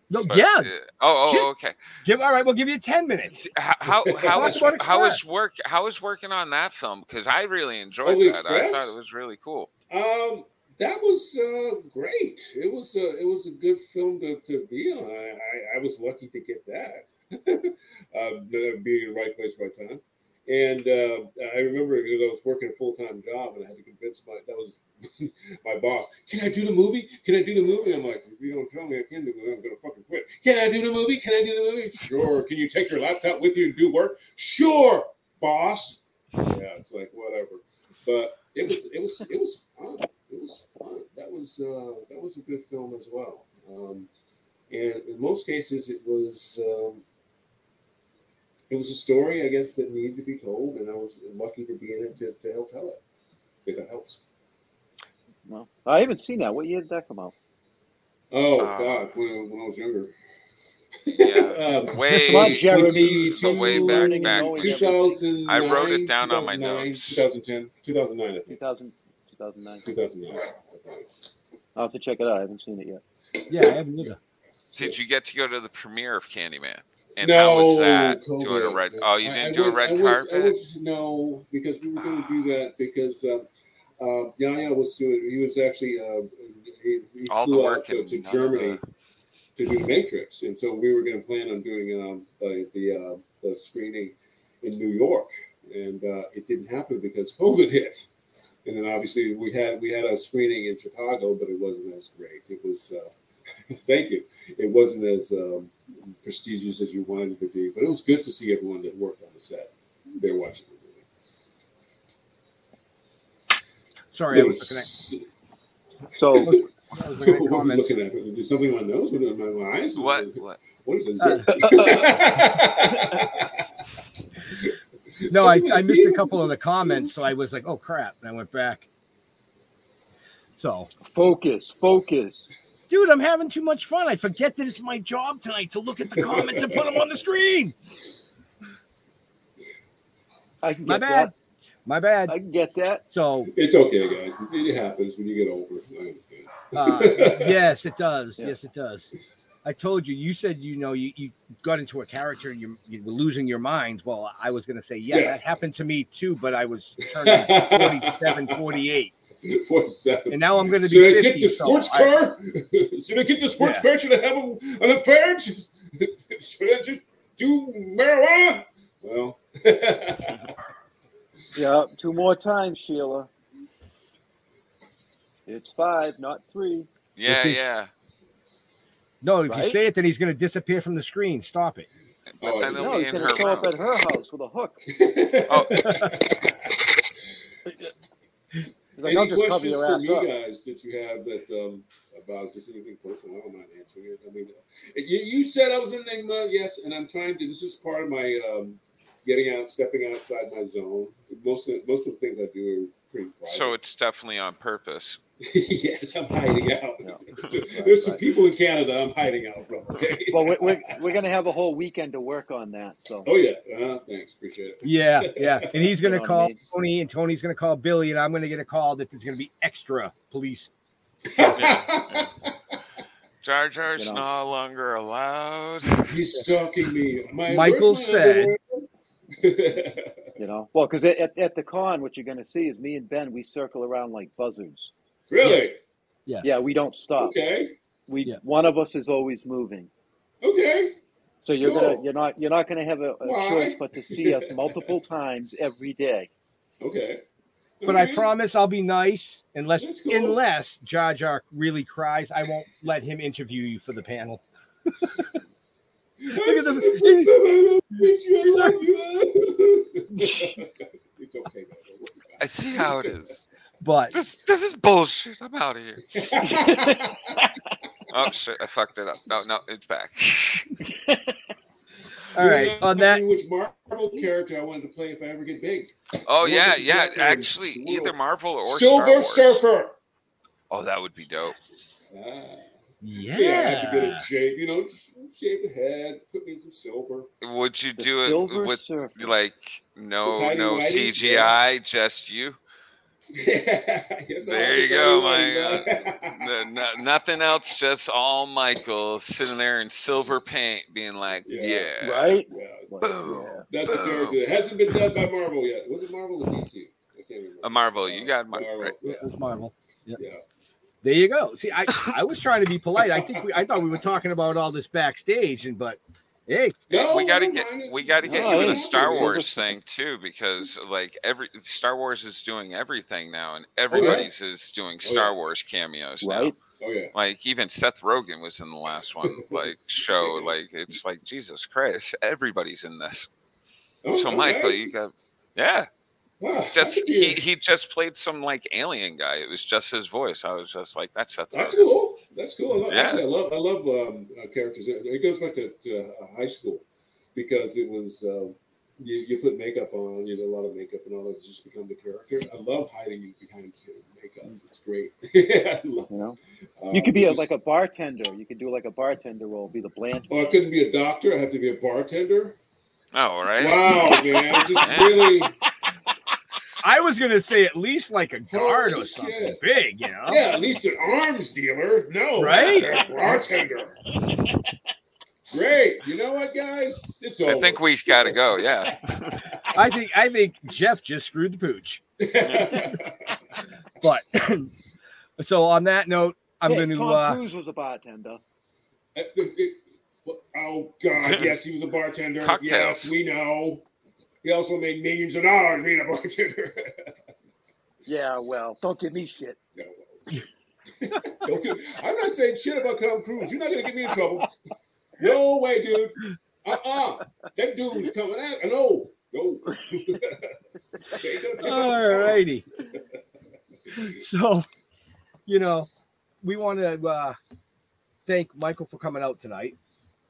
[SPEAKER 6] no,
[SPEAKER 8] but,
[SPEAKER 6] yeah,
[SPEAKER 8] uh, oh,
[SPEAKER 6] Shit.
[SPEAKER 8] oh, okay.
[SPEAKER 6] give all right. We'll give you 10 minutes.
[SPEAKER 8] How how how
[SPEAKER 6] Talk
[SPEAKER 8] is
[SPEAKER 6] about
[SPEAKER 8] how is
[SPEAKER 6] Express.
[SPEAKER 8] work how is working on that film? Because I really enjoyed
[SPEAKER 9] Oh,
[SPEAKER 8] that. I
[SPEAKER 9] Express?
[SPEAKER 8] thought it was really cool.
[SPEAKER 9] Um, that was uh, great. It was a it was a good film to, to be on. I, I, I was lucky to get that. um, being in the right place, right time. And uh, I remember because I was working a full time job, and I had to convince my that was my boss. Can I do the movie? Can I do the movie? I'm like, if you don't tell me I can do it, I'm gonna fucking quit. Can I do the movie? Can I do the movie? Sure. Can you take your laptop with you and do work? Sure, boss. Yeah, it's like whatever. But it was it was it was fun. It was fun. That was uh, that was a good film as well. Um, and in most cases, it was um, it was a story, I guess, that needed to be told, and I was lucky to be in it to, to help tell it. If that helps.
[SPEAKER 7] No, I haven't seen that. What year did that come out?
[SPEAKER 9] Oh
[SPEAKER 8] Uh,
[SPEAKER 9] God, when, when I was younger.
[SPEAKER 8] Yeah.
[SPEAKER 9] Um,
[SPEAKER 8] Way
[SPEAKER 7] Come on, Jeremy.
[SPEAKER 9] 22,
[SPEAKER 8] way back,
[SPEAKER 7] Learning
[SPEAKER 8] back.
[SPEAKER 7] and knowing everything.
[SPEAKER 9] 2009,
[SPEAKER 8] I wrote it down on my
[SPEAKER 9] 2009,
[SPEAKER 8] notes.
[SPEAKER 9] 2010, 2009, I think.
[SPEAKER 7] 2000, 2009.
[SPEAKER 9] 2009.
[SPEAKER 7] I'll have to check it out. I haven't seen it yet.
[SPEAKER 6] Yeah, I haven't either.
[SPEAKER 8] Did you get to go to the premiere of Candyman? And
[SPEAKER 9] no,
[SPEAKER 8] how was that doing a
[SPEAKER 9] COVID.
[SPEAKER 8] red? Oh, you
[SPEAKER 9] I-
[SPEAKER 8] didn't
[SPEAKER 9] I
[SPEAKER 8] do a
[SPEAKER 9] went-
[SPEAKER 8] red
[SPEAKER 9] I went-
[SPEAKER 8] carpet. Ah.
[SPEAKER 9] I went- no, because we were going to do that because um, uh, Yaya was doing. He was actually uh, he, he
[SPEAKER 8] All the
[SPEAKER 9] flew
[SPEAKER 8] work
[SPEAKER 9] out to,
[SPEAKER 8] and
[SPEAKER 9] to
[SPEAKER 8] none of
[SPEAKER 9] Germany to do the Matrix, and so we were going to plan on doing um, the the, uh, the screening in New York, and uh, it didn't happen because COVID hit. And then obviously we had we had a screening in Chicago, but it wasn't as great. It was uh, thank you. It wasn't as um, prestigious as you wanted it to be, but it was good to see everyone that worked on the set. They're watching the movie.
[SPEAKER 6] Sorry,
[SPEAKER 9] There
[SPEAKER 6] I was looking at
[SPEAKER 9] was-
[SPEAKER 7] So,
[SPEAKER 6] That was a good
[SPEAKER 9] What are we
[SPEAKER 6] comment.
[SPEAKER 9] looking at? Is something in my nose or in my eyes?
[SPEAKER 8] What?
[SPEAKER 9] What is this?
[SPEAKER 6] Uh, No, I, I missed a couple of the comments, so I was like, oh crap. And I went back. So
[SPEAKER 7] focus, focus.
[SPEAKER 6] Dude, I'm having too much fun. I forget that it's my job tonight to look at the comments and put them on the screen.
[SPEAKER 7] I can
[SPEAKER 6] My
[SPEAKER 7] get
[SPEAKER 6] bad.
[SPEAKER 7] that.
[SPEAKER 6] My bad.
[SPEAKER 7] I can get that.
[SPEAKER 6] So
[SPEAKER 9] It's okay, guys. It, it happens when you get older. I understand.
[SPEAKER 6] Uh, yes, it does. Yes, it does. I told you. You said you know you, you got into a character and you, you were losing your mind. Well, I was going to say yeah,
[SPEAKER 9] Yeah.
[SPEAKER 6] that happened to me too, but I was turning 47, 48.
[SPEAKER 9] 47.
[SPEAKER 6] And now I'm going to be
[SPEAKER 9] Should I
[SPEAKER 6] 50,
[SPEAKER 9] get the
[SPEAKER 6] so
[SPEAKER 9] sports
[SPEAKER 6] I-
[SPEAKER 9] car? Should I get the sports
[SPEAKER 6] Yeah.
[SPEAKER 9] car? Should I have a, an affair? Should I just do marijuana? Well,
[SPEAKER 7] Yeah, two more times, Sheila. It's five, not three.
[SPEAKER 8] Yeah,
[SPEAKER 6] This is-
[SPEAKER 8] yeah.
[SPEAKER 6] No, if you
[SPEAKER 7] Right?
[SPEAKER 6] say it, then he's going to disappear from the screen. Stop it.
[SPEAKER 8] But
[SPEAKER 9] Oh,
[SPEAKER 8] then it'll
[SPEAKER 7] No,
[SPEAKER 8] be
[SPEAKER 7] he's
[SPEAKER 8] in
[SPEAKER 7] going
[SPEAKER 8] her
[SPEAKER 7] to show
[SPEAKER 8] room.
[SPEAKER 7] up at her house with a hook.
[SPEAKER 8] Oh,
[SPEAKER 7] He's like, I'll
[SPEAKER 9] any
[SPEAKER 7] just cover
[SPEAKER 9] questions
[SPEAKER 7] your
[SPEAKER 9] from
[SPEAKER 7] ass
[SPEAKER 9] you
[SPEAKER 7] up.
[SPEAKER 9] guys that you have that um, about just anything personal? I don't mind answering it. I mean, you, you said I was in Enigma, yes, and I'm trying to. This is part of my um, getting out, stepping outside my zone. Most of most of the things I do are pretty private.
[SPEAKER 8] so it's definitely on purpose.
[SPEAKER 9] yes, I'm hiding out. There's
[SPEAKER 7] Right,
[SPEAKER 9] some
[SPEAKER 7] right.
[SPEAKER 9] people in Canada I'm hiding out from. Okay.
[SPEAKER 7] Well, we're, we're, we're going to have a whole weekend to work on that. So,
[SPEAKER 9] Oh yeah. Uh, thanks. Appreciate it.
[SPEAKER 6] Yeah, yeah. And he's going
[SPEAKER 7] You
[SPEAKER 6] to
[SPEAKER 7] know what
[SPEAKER 6] call
[SPEAKER 7] I mean?
[SPEAKER 6] Tony, and Tony's going to call Billy, and I'm going to get a call that there's going to be extra police.
[SPEAKER 8] Jar Jar's
[SPEAKER 7] You know.
[SPEAKER 8] no longer allowed.
[SPEAKER 9] He's stalking me. My,
[SPEAKER 6] Michael
[SPEAKER 9] where's my
[SPEAKER 6] said,
[SPEAKER 9] underwear?
[SPEAKER 7] you know, well, because at, at the con, what you're going to see is me and Ben, we circle around like buzzards.
[SPEAKER 9] "Really?
[SPEAKER 6] Yes.
[SPEAKER 7] Yeah, we don't stop.
[SPEAKER 9] Okay.
[SPEAKER 7] We
[SPEAKER 6] Yeah.
[SPEAKER 7] One of us is always moving.
[SPEAKER 9] Okay.
[SPEAKER 7] So you're gonna
[SPEAKER 9] Cool.
[SPEAKER 7] you're not you're not gonna have a, a
[SPEAKER 9] Why?
[SPEAKER 7] choice but to see us multiple times every day.
[SPEAKER 9] Okay."
[SPEAKER 6] But I
[SPEAKER 9] Okay.
[SPEAKER 6] promise I'll be nice unless
[SPEAKER 9] Mm-hmm. That's cool.
[SPEAKER 6] unless Jar Jar really cries. I won't let him interview you for the panel. Look at this.
[SPEAKER 9] it's okay. man. Don't worry about
[SPEAKER 8] I
[SPEAKER 9] it.
[SPEAKER 8] see how it is.
[SPEAKER 6] But
[SPEAKER 8] This this is bullshit. I'm out of here. Oh shit! I fucked it up. No, no, it's back.
[SPEAKER 6] all
[SPEAKER 9] You
[SPEAKER 6] right,
[SPEAKER 9] know,
[SPEAKER 6] on that,
[SPEAKER 9] Which Marvel character I wanted to play if I ever get big?
[SPEAKER 8] Oh
[SPEAKER 9] Look
[SPEAKER 8] yeah,
[SPEAKER 9] at
[SPEAKER 8] yeah.
[SPEAKER 9] Jack and
[SPEAKER 8] Actually,
[SPEAKER 9] Will.
[SPEAKER 8] either Marvel or Star
[SPEAKER 9] Silver
[SPEAKER 8] Wars.
[SPEAKER 9] Surfer.
[SPEAKER 8] Oh, that would be dope.
[SPEAKER 9] Ah.
[SPEAKER 6] yeah,
[SPEAKER 9] See, I have to get in shape. You know, just shave the head, put me in some silver.
[SPEAKER 8] Would you
[SPEAKER 7] The
[SPEAKER 8] do
[SPEAKER 7] silver
[SPEAKER 8] it with
[SPEAKER 7] surfer.
[SPEAKER 8] like no
[SPEAKER 9] tiny
[SPEAKER 8] no
[SPEAKER 9] whities, yeah.
[SPEAKER 8] CGI, just you?
[SPEAKER 9] Yes, I
[SPEAKER 8] There
[SPEAKER 9] like
[SPEAKER 8] you
[SPEAKER 9] the tiny
[SPEAKER 8] go, my, uh,
[SPEAKER 9] whities,
[SPEAKER 8] No, no- nothing else, just all Michael sitting there in silver paint, being like,
[SPEAKER 9] Yeah.
[SPEAKER 8] yeah,
[SPEAKER 7] Right?
[SPEAKER 9] man. Yeah,
[SPEAKER 7] Like,
[SPEAKER 8] Boom.
[SPEAKER 7] yeah.
[SPEAKER 9] That's a
[SPEAKER 8] Boom.
[SPEAKER 9] character that hasn't been done by Marvel yet. Was it Marvel or DC? I can't remember.
[SPEAKER 8] A Uh, Marvel, you got Mar- right.
[SPEAKER 9] Yeah,
[SPEAKER 6] it was Marvel.
[SPEAKER 9] yeah.
[SPEAKER 6] There you go. See, I I was trying to be polite. I think we I thought we were talking about all this backstage, and but hey,
[SPEAKER 9] No,
[SPEAKER 8] we gotta
[SPEAKER 9] never
[SPEAKER 8] get
[SPEAKER 9] mind.
[SPEAKER 8] we gotta get
[SPEAKER 7] No,
[SPEAKER 8] you
[SPEAKER 7] it
[SPEAKER 8] in a
[SPEAKER 7] happens.
[SPEAKER 8] Star
[SPEAKER 7] It's
[SPEAKER 8] Wars
[SPEAKER 7] just-
[SPEAKER 8] thing too, because like every Star Wars is doing everything now, and everybody's is doing
[SPEAKER 9] Oh, yeah.
[SPEAKER 8] Star Wars cameos now.
[SPEAKER 7] Right?
[SPEAKER 9] Oh yeah.
[SPEAKER 8] Like even Seth Rogen was in the last one, like show. Like it's like Jesus Christ, everybody's in this.
[SPEAKER 9] Oh,
[SPEAKER 8] so
[SPEAKER 9] all
[SPEAKER 8] Michael,
[SPEAKER 9] right.
[SPEAKER 8] you got yeah.
[SPEAKER 9] Wow,
[SPEAKER 8] Just
[SPEAKER 9] I could
[SPEAKER 8] he,
[SPEAKER 9] be-
[SPEAKER 8] he just played some like alien guy. It was just his voice. I was just like, that's Seth
[SPEAKER 9] That's
[SPEAKER 8] Rogen.
[SPEAKER 9] cool. That's cool. I love,
[SPEAKER 8] Yeah.
[SPEAKER 9] Actually, I love I love um, uh, characters. It it goes back to, to uh, high school because it was um, you, you put makeup on, you did a lot of makeup and all that, you just become the character. I love hiding behind makeup.
[SPEAKER 8] Mm.
[SPEAKER 9] It's great. I love-
[SPEAKER 7] You know,
[SPEAKER 9] um,
[SPEAKER 7] you could be a,
[SPEAKER 9] just-
[SPEAKER 7] like a bartender. You could do like a bartender role, be the bland.
[SPEAKER 9] Oh, I couldn't be a doctor. I have to be a bartender.
[SPEAKER 8] Oh, right.
[SPEAKER 9] Wow, man! Just
[SPEAKER 8] Yeah.
[SPEAKER 9] really,
[SPEAKER 6] I was gonna say at least like a guard or
[SPEAKER 9] Holy
[SPEAKER 6] something
[SPEAKER 9] shit.
[SPEAKER 6] big, you know.
[SPEAKER 9] yeah. At least an arms dealer. No,
[SPEAKER 6] Right?
[SPEAKER 9] a Bartender. Great. You know what, guys? It's over.
[SPEAKER 8] I think we gotta go. Yeah.
[SPEAKER 6] I think I think Jeff just screwed the pooch. But so on that note, I'm
[SPEAKER 7] Hey,
[SPEAKER 6] going to
[SPEAKER 7] Tom
[SPEAKER 6] uh,
[SPEAKER 7] Cruise was a bartender.
[SPEAKER 9] Uh, it- it- well, Oh God! Yes, he was a bartender.
[SPEAKER 8] Cocktails.
[SPEAKER 9] Yes, we know. He also made millions of dollars being a bartender.
[SPEAKER 7] Yeah, well, don't give me shit.
[SPEAKER 9] No. Don't get- I'm not saying shit about Tom Cruise. You're not gonna get me in trouble. No way, dude. Uh-uh. That dude's coming out. No, no.
[SPEAKER 6] All righty. So, you know, we want to uh, thank Michael for coming out tonight.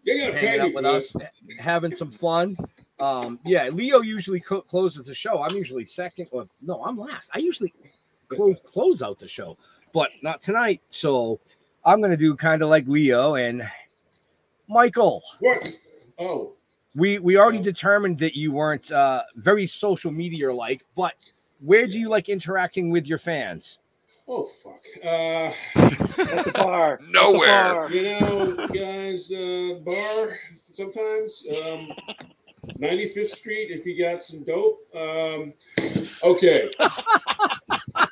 [SPEAKER 9] You're gonna pay
[SPEAKER 6] hanging
[SPEAKER 9] me
[SPEAKER 6] out
[SPEAKER 9] for
[SPEAKER 6] with
[SPEAKER 9] this.
[SPEAKER 6] us, having some fun. Um, yeah, Leo usually co- closes the show. I'm usually second, or no, I'm last. I usually close close out the show, but not tonight. So I'm gonna do kind of like Leo and Michael.
[SPEAKER 9] What? Oh,
[SPEAKER 6] we we already determined that you weren't uh, very social media like, but where do you like interacting with your fans?
[SPEAKER 9] Oh fuck! Uh,
[SPEAKER 7] at the bar.
[SPEAKER 6] At the Nowhere. bar.
[SPEAKER 9] You know, guys, uh, bar sometimes. Um, 95th Street. If you got some dope. Um, okay.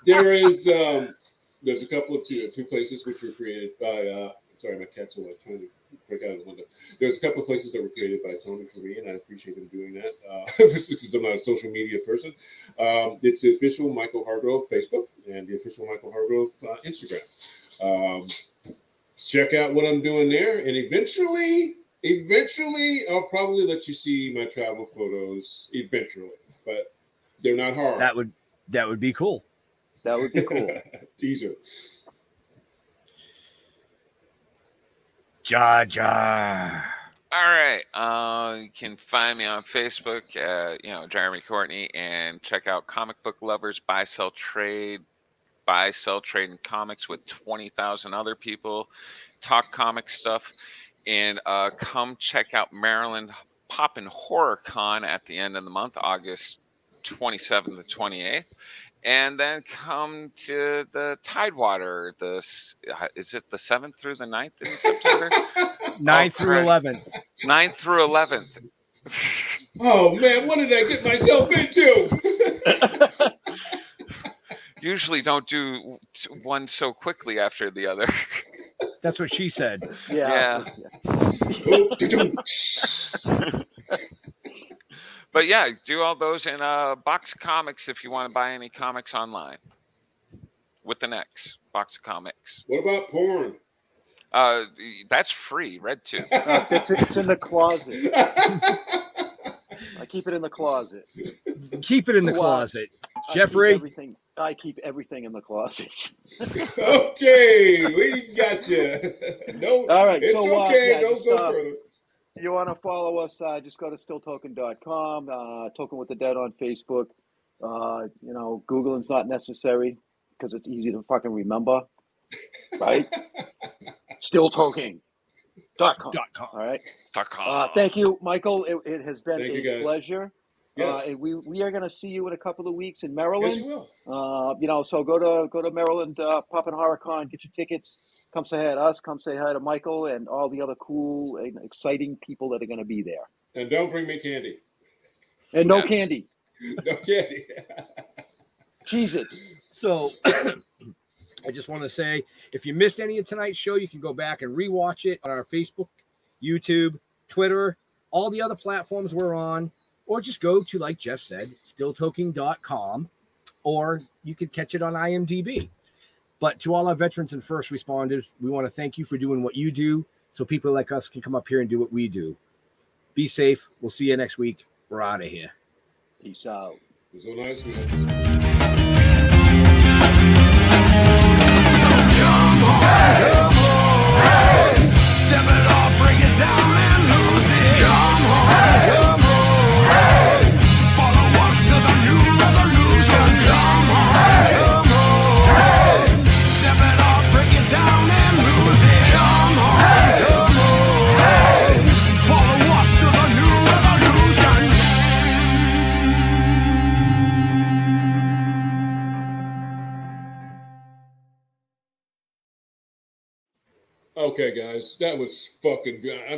[SPEAKER 9] there is. Um, there's a couple of two two places which were created by. Uh, sorry, my cat's away. Trying to break out of the window. There's a couple of places that were created by Tony for me, and I appreciate him doing that. Uh, since I'm not a social media person, um, it's the official Michael Hargrove Facebook and the official Michael Hargrove uh, Instagram. Um, check out what I'm doing there, and eventually, eventually, I'll probably let you see my travel photos. Eventually, but they're not hard.
[SPEAKER 6] That would that would be cool.
[SPEAKER 7] That would be cool.
[SPEAKER 9] Teaser.
[SPEAKER 6] Ja ja.
[SPEAKER 8] All right. Uh, you can find me on Facebook, uh, you know, Jeremy Courtney, and check out Comic Book Lovers, Buy, Sell, Trade, Buy, Sell, Trade, and Comics with 20,000 other people. Talk comic stuff. And uh, come check out Maryland Pop and Horror Con at the end of the month, August 27th to 28th. And then come to the Tidewater. The s- is it the seventh through the 9th in September?
[SPEAKER 6] Nine through
[SPEAKER 8] Christ.
[SPEAKER 6] eleven.
[SPEAKER 8] 9th through 11th.
[SPEAKER 9] Oh man, what did I get myself into?
[SPEAKER 8] Usually don't do t- one so quickly after the other.
[SPEAKER 6] That's what she said.
[SPEAKER 8] Yeah. but yeah, do all those in uh, Box Comics if you want to buy any comics online. With an X, Box Comics.
[SPEAKER 9] What about porn?
[SPEAKER 8] Uh, that's free. Red two.
[SPEAKER 7] No, it's, it's in the closet. I keep it in the closet.
[SPEAKER 6] Keep it in the
[SPEAKER 7] Wow.
[SPEAKER 6] closet,
[SPEAKER 7] I keep
[SPEAKER 6] Jeffrey.
[SPEAKER 7] everything, I keep everything in the closet.
[SPEAKER 9] okay, we got you. No,
[SPEAKER 7] All right,
[SPEAKER 9] it's
[SPEAKER 7] so, uh,
[SPEAKER 9] okay.
[SPEAKER 7] yeah,
[SPEAKER 9] Don't
[SPEAKER 7] just,
[SPEAKER 9] go
[SPEAKER 7] uh,
[SPEAKER 9] further.
[SPEAKER 7] you want to follow us, uh, just go to stilltoken.com, uh, Token with the Dead on Facebook. Uh, you know, Googling's not necessary because it's easy to fucking remember, right? stilltoken.com.
[SPEAKER 6] Dot com.
[SPEAKER 7] All right.
[SPEAKER 8] Dot
[SPEAKER 7] Uh, thank you, Michael. It, it has been
[SPEAKER 9] Thank you,
[SPEAKER 7] a
[SPEAKER 9] guys.
[SPEAKER 7] pleasure.
[SPEAKER 9] Yes.
[SPEAKER 7] Uh, and we, we are going to see you in a couple of weeks in Maryland.
[SPEAKER 9] Yes, you will.
[SPEAKER 7] Uh, you know, so go to go to Maryland uh, Pop and Horror Con, get your tickets. Come say hi to us. Come say hi to Michael and all the other cool and exciting people that are going to be there.
[SPEAKER 9] And don't bring me candy.
[SPEAKER 7] And no
[SPEAKER 9] Yeah.
[SPEAKER 7] candy.
[SPEAKER 9] No candy.
[SPEAKER 7] Cheez it.
[SPEAKER 6] So I just want to say if you missed any of tonight's show, you can go back and rewatch it on our Facebook, YouTube, Twitter, all the other platforms we're on, or just go to, like Jeff said, stilltoking.com, or you could catch it on IMDb. But to all our veterans and first responders, we want to thank you for doing what you do so people like us can come up here and do what we do. Be safe. We'll see you next week. We're out of here.
[SPEAKER 7] Peace out.
[SPEAKER 9] So nice. man. Okay, guys, that was fucking. good. I